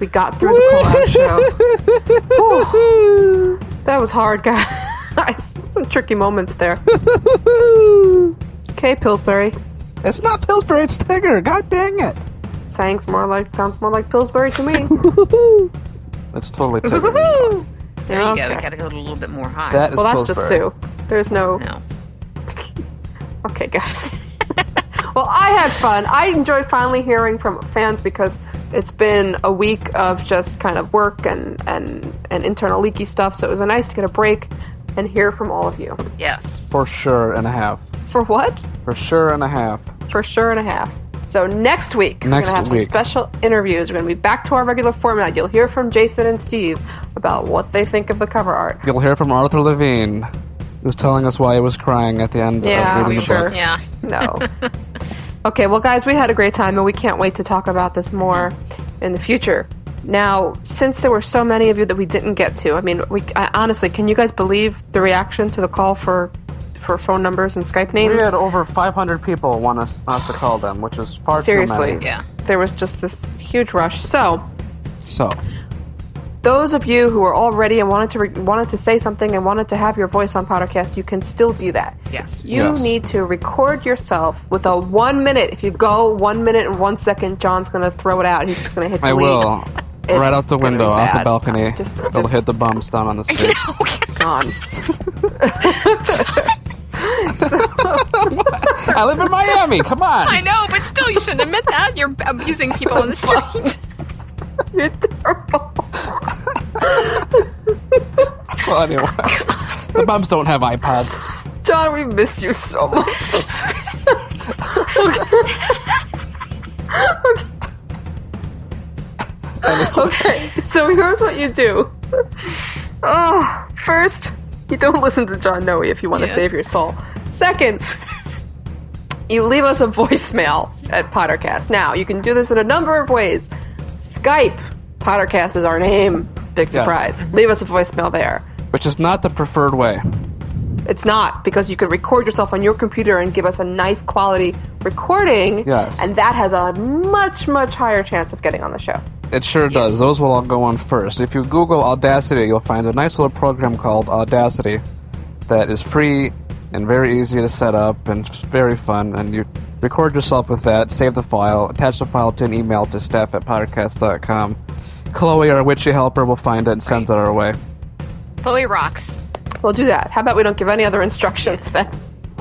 F: We got through the collab show. Whew. that was hard, guys. Some tricky moments there. okay, Pillsbury.
S: It's not Pillsbury, it's Tigger. God dang it.
F: Thanks. More like sounds more like Pillsbury to me.
G: That's totally Tigger.
F: Woohoo!
H: There you go.
F: Okay.
H: We gotta go a little bit more high.
G: That is
F: well, that's just
G: Pillsbury.
F: Sue. There's no. No. okay, guys. well, I had fun. I enjoyed finally hearing from fans because it's been a week of just kind of work and and and internal leaky stuff. So it was nice to get a break and hear from all of you.
H: Yes.
G: For sure and a half.
F: For what?
G: For sure and a half.
F: For sure and a half. So next week we're
G: Next
F: gonna have
G: week.
F: some special interviews. We're gonna be back to our regular format. You'll hear from Jason and Steve about what they think of the cover art.
G: You'll hear from Arthur Levine, who was telling us why he was crying at the end
F: Yeah,
G: of
F: I'm
G: reading the
F: sure.
G: book.
H: Yeah.
F: No. okay, well, guys, we had a great time, and we can't wait to talk about this more in the future. Now, since there were so many of you that we didn't get to, I mean, we I, honestly, can you guys believe the reaction to the call for for phone numbers and Skype names?
G: We had over 500 people want us, us to call them, which is far too
F: Seriously,
G: many.
F: There was just this huge rush. So,
G: So,
F: those of you who are already and wanted to re- wanted to say something and wanted to have your voice on podcast, you can still do that.
H: Yes.
F: You need to record yourself with a one minute. If you go one minute and one second, John's gonna throw it out. He's just gonna hit.
G: I
F: delete.
G: will.
F: It's
G: right out the
F: gonna be
G: window, off the
F: bad.
G: balcony.
F: Just-
G: It'll
F: just-
G: hit the bumps down on the street.
F: Gone.
G: I live in Miami. Come on.
T: I know, but still, you shouldn't admit that. You're abusing people on the street.
F: You're terrible.
G: Well, anyway, the moms don't have iPods.
F: John, we missed you so much. okay. okay, so here's what you do. Oh, first, you don't listen to John Noe if you want to save your soul. Second, you leave us a voicemail at Pottercast. Now, you can do this in a number of ways. Skype, Pottercast is our name. Big
G: Yes.
F: surprise. Leave us a voicemail there.
G: Which is not the preferred way.
F: It's not because you can record yourself on your computer and give us a nice quality recording.
G: Yes.
F: And that has a much, much higher chance of getting on the show.
G: It sure does. Those will all go on first. If you Google Audacity, you'll find a nice little program called Audacity that is free and very easy to set up and it's very fun. And you record yourself with that, save the file, attach the file to an email to staff at podcast.com. Chloe, our witchy helper, will find it and send it our way.
F: Chloe rocks. We'll do that. How about we don't give any other instructions then?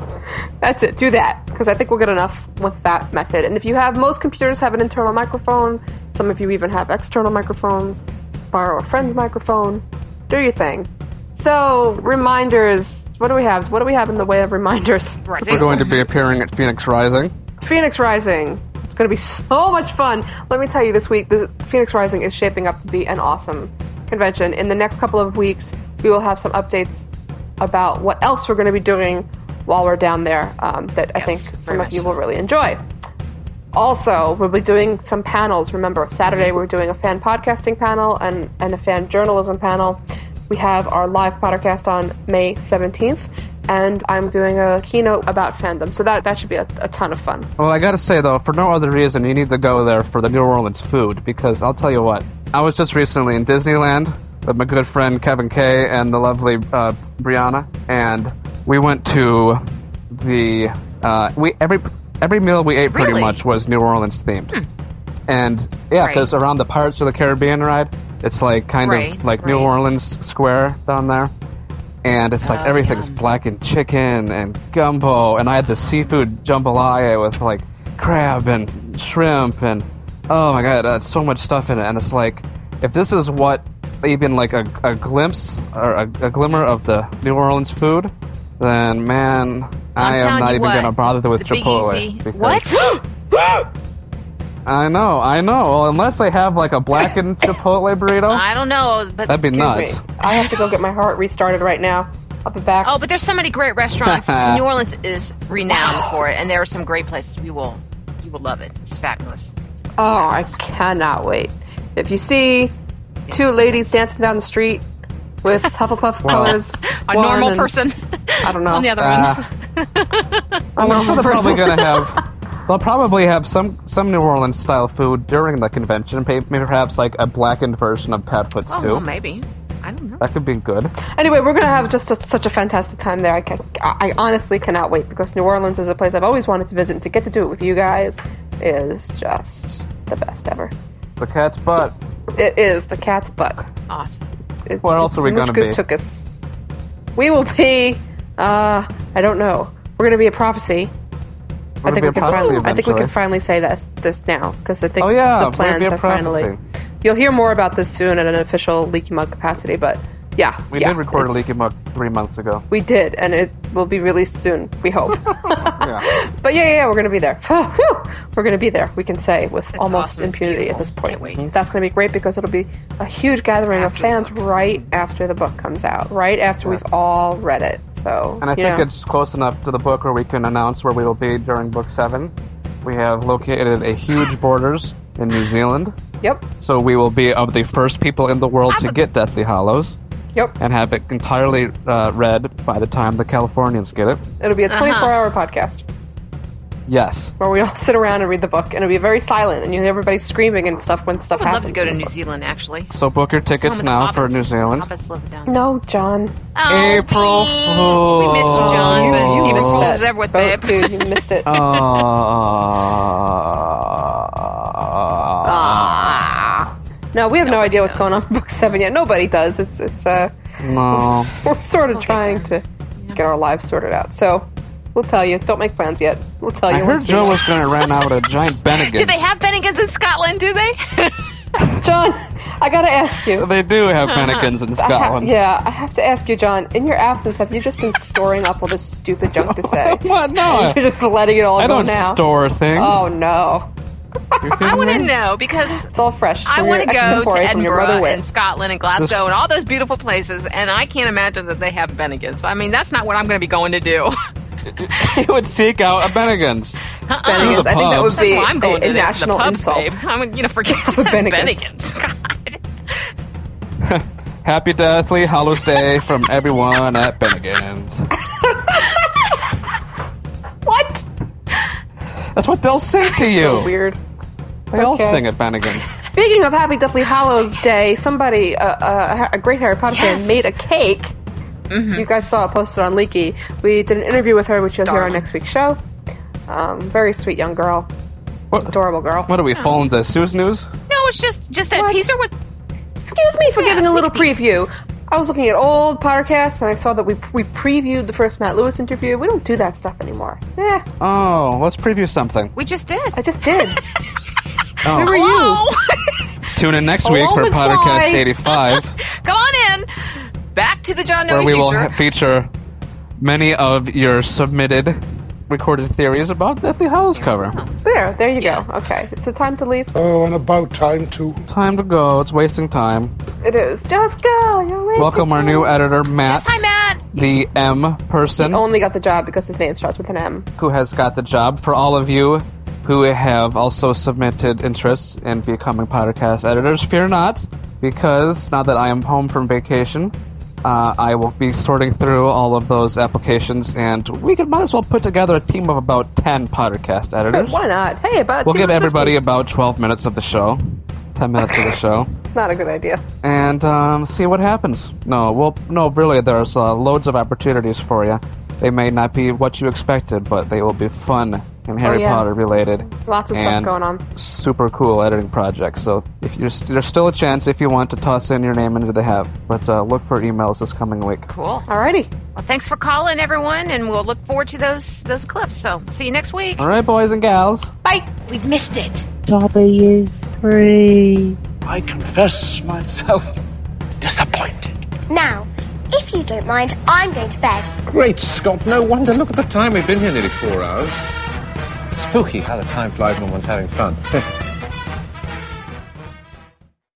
F: That's it. Do that because I think we'll get enough with that method. And if you have most computers have an internal microphone, some of you even have external microphones. Borrow a friend's microphone. Do your thing. So reminders. What do we have? What do we have in the way of reminders?
G: We're going to be appearing at Phoenix Rising.
F: Phoenix Rising. It's going to be so much fun. Let me tell you, this week, the Phoenix Rising is shaping up to be an awesome convention. In the next couple of weeks, we will have some updates about what else we're going to be doing while we're down there um, that I think some of
T: much
F: you
T: so.
F: will really enjoy. Also, we'll be doing some panels. Remember, Saturday we're doing a fan podcasting panel and, and a fan journalism panel. We have our live podcast on May 17th, and I'm doing a keynote about fandom. So that, that should be a, a ton of fun.
G: Well, I gotta say though, for no other reason, you need to go there for the New Orleans food because I'll tell you what, I was just recently in Disneyland with my good friend Kevin Kay and the lovely uh, Brianna, and we went to the uh, we every every meal we ate pretty
T: Really? Hmm.
G: much was New Orleans themed, and yeah,
T: Right.
G: because around the Pirates of the Caribbean ride, it's like kind
T: Right,
G: of like New Orleans Square down there. And it's
T: Oh,
G: like everything's blackened chicken and gumbo, and I had the seafood jambalaya with like crab and shrimp and oh my god, uh, so much stuff in it. And it's like if this is what even like a, a glimpse or a, a glimmer of the New Orleans food, then man, I am
T: telling
G: not
T: you
G: even
T: what,
G: gonna bother with
T: the Big
G: Chipotle.
T: Easy-
G: because-
T: What?
G: I know, I know. Well, unless they have like a blackened Chipotle burrito.
T: I don't know, but
G: That'd be
T: Excuse me.
G: nuts.
F: I have to go get my heart restarted right now. I'll be back.
T: Oh, but there's so many great restaurants. New Orleans is renowned for it, and there are some great places. We will, you will love it. It's fabulous.
F: Oh, I cannot wait. If you see two ladies dancing down the street with Hufflepuff
G: Wow.
F: colors,
T: A
F: one
T: normal
F: and-
T: person.
F: I don't know.
T: On the other
G: Uh,
F: A
G: I'm sure
F: normal
G: they're
F: person.
G: probably gonna have. They'll probably have some some New Orleans style food during the convention. pa- Maybe perhaps like a blackened version of cat foot
F: Oh,
G: stew.
F: well,
T: maybe. I don't know.
G: That could be good.
F: Anyway, we're gonna have just a, such a fantastic time there. I can, I I honestly cannot wait because New Orleans is a place I've always wanted to visit. and To get to do it with you guys is just the best ever.
G: It's the cat's butt.
F: It is the cat's butt.
T: Awesome.
F: It's,
G: Where else
F: it's
G: are we
F: Mooch
G: gonna
F: Goose
G: be?
F: Took us. We will be. Uh, I don't know. We're gonna be a prophecy.
G: We're
F: I
G: gonna
F: think we
G: be a
F: can
G: prophecy
F: finally. I think we
G: eventually.
F: can finally say this this now because I think
G: Oh, yeah, we're
F: the
G: gonna
F: plans
G: be a
F: have finally.
G: prophecy.
F: You'll hear more about this soon in an official leaky mug capacity, but yeah,
G: We
F: yeah,
G: did record a
F: it's-
G: leaky mug three months ago.
F: We did, and it will be released soon. We hope.
G: yeah.
F: But yeah, yeah, yeah, we're gonna be there. Whew, we're gonna be there. We can say with almost impunity at this point. Mm-hmm. That's gonna be great because it'll be a huge gathering of fans right after the book comes out, right after we've all read it. So
G: And I
F: you
G: think
F: know.
G: it's close enough to the book where we can announce where we will be during book seven. We have located a huge borders in New Zealand.
F: Yep.
G: So we will be of the first people in the world to get Deathly Hollows.
F: Yep.
G: And have it entirely uh, read by the time the Californians get it.
F: it'll be
T: Uh-huh.
F: a 24-hour podcast
G: Yes.
F: where we all sit around and read the book, and it'll be very silent, and you hear everybody screaming and stuff when stuff
T: I would love
F: happens.
T: to go to
F: in the
T: New
F: book.
T: Zealand, actually.
G: So book your tickets
T: Home of
G: now
T: the
G: for
T: hobbits.
G: New Zealand.
T: Hobbits live down. Oh,
F: No, John.
G: April Oh.
T: We
G: Fool.
T: missed you, John, but you missed April Fool's everywhere, babe.
F: Dude, you missed
G: Oh.
F: it.
G: Ah.
F: No, we have no idea what's going on in book seven yet. Nobody does. It's it's uh
G: no.
F: we're sort of trying to get our lives sorted out. So We'll tell you. Don't make plans yet. We'll tell you.
G: I
F: once
G: heard
F: we
G: Joe
F: know.
G: was going to run out with a giant
H: Do
G: Bennigan.
H: they have Bennigans in Scotland? Do they?
F: John, I gotta ask you.
G: They do have Bennigans in
F: I ha-
G: Scotland.
F: yeah, I have to ask you, John. In your absence, have you just been storing up all this stupid junk to say?
G: what? No.
F: You're just letting it all
G: I
F: go
G: don't
F: now.
G: store things.
F: Oh no.
H: I want to know because
F: it's all fresh.
H: I
F: from
H: want to
F: your extra
H: go to
F: foray from your
H: Edinburgh
F: motherwit.
H: and Scotland and Glasgow
F: This-
H: and all those beautiful places, and I can't imagine that they have Bennigans. I mean, that's not what I'm going to be going to do. Uh-uh.
G: you would seek out a Bennigan's.
H: Bennigans.
G: The
F: I think that would
G: pubs.
F: be
H: That's why I'm going to
F: a- a
H: the- to
F: national
H: the pubs,
F: insult.
H: babe. I'm going to you know forget Bennigans. Bennigans.
G: Happy Deathly Hallows Day from everyone at Bennigan's.
F: What?
G: That's what they'll sing to you.
F: So weird.
G: They all
F: Okay.
G: sing at Bennigan's.
F: Speaking of Happy Deathly Hallows Day, somebody, uh, uh, a great Harry Potter fan, made a cake. You guys saw it posted on Leaky. We did an interview with her, which you'll hear on next week's show. Um, very sweet young girl. Adorable girl.
G: What are we, falling to Sue's news?
H: No, it's just just a teaser with.
F: Excuse me for giving a little preview. I was looking at old podcasts and I saw that we we previewed the first Matt Lewis interview. We don't do that stuff anymore. Yeah,
G: Oh, let's preview something.
H: we just did.
F: I just did.
G: Oh.
F: Where were you?
G: Tune in next
H: Hello,
G: week for Podcast
H: McFly.
G: 85,
H: Come on in. Back to the John
G: where
H: Noe
G: we will
H: future.
G: ha- feature many of your submitted recorded theories about Deathly Hallows cover.
F: There, there you go. Okay, it's the time to leave.
G: Oh, and about time to. Time to go. It's wasting time.
F: It is. Just go. You're wasting
G: Welcome our new editor, Matt.
F: Hi, Matt.
G: the M person
F: He only got the job because his name starts with an M.
G: who has got the job. For all of you who have also submitted interests in becoming podcast editors, fear not, because now that I am home from vacation, uh, I will be sorting through all of those applications, and we could might as well put together a team of about ten podcast editors.
F: Why not? Hey, about
G: We'll
F: two
G: give
F: of
G: everybody about twelve minutes of the show, ten minutes of the show
F: fifty. Not a good idea.
G: and um, see what happens. No, well, no, really, there's uh, loads of opportunities for you. They may not be what you expected, but they will be fun and Harry
F: yeah.
G: Potter related.
F: Lots of stuff
G: and
F: going on.
G: Super cool editing project. So if you're st- there's still a chance if you want to toss in your name into the hat, but uh, look for emails this coming week.
H: Cool.
F: Alrighty.
H: Well, thanks for calling, everyone, and we'll look forward to those those clips. So, see you next week.
G: All right, boys and gals.
H: Bye. We've missed it.
U: W three. I confess myself disappointed.
K: Now, if you don't mind, I'm going to bed.
M: Great Scott, no wonder. Look at the time. We've been here nearly four hours. Spooky how the time flies when one's having fun.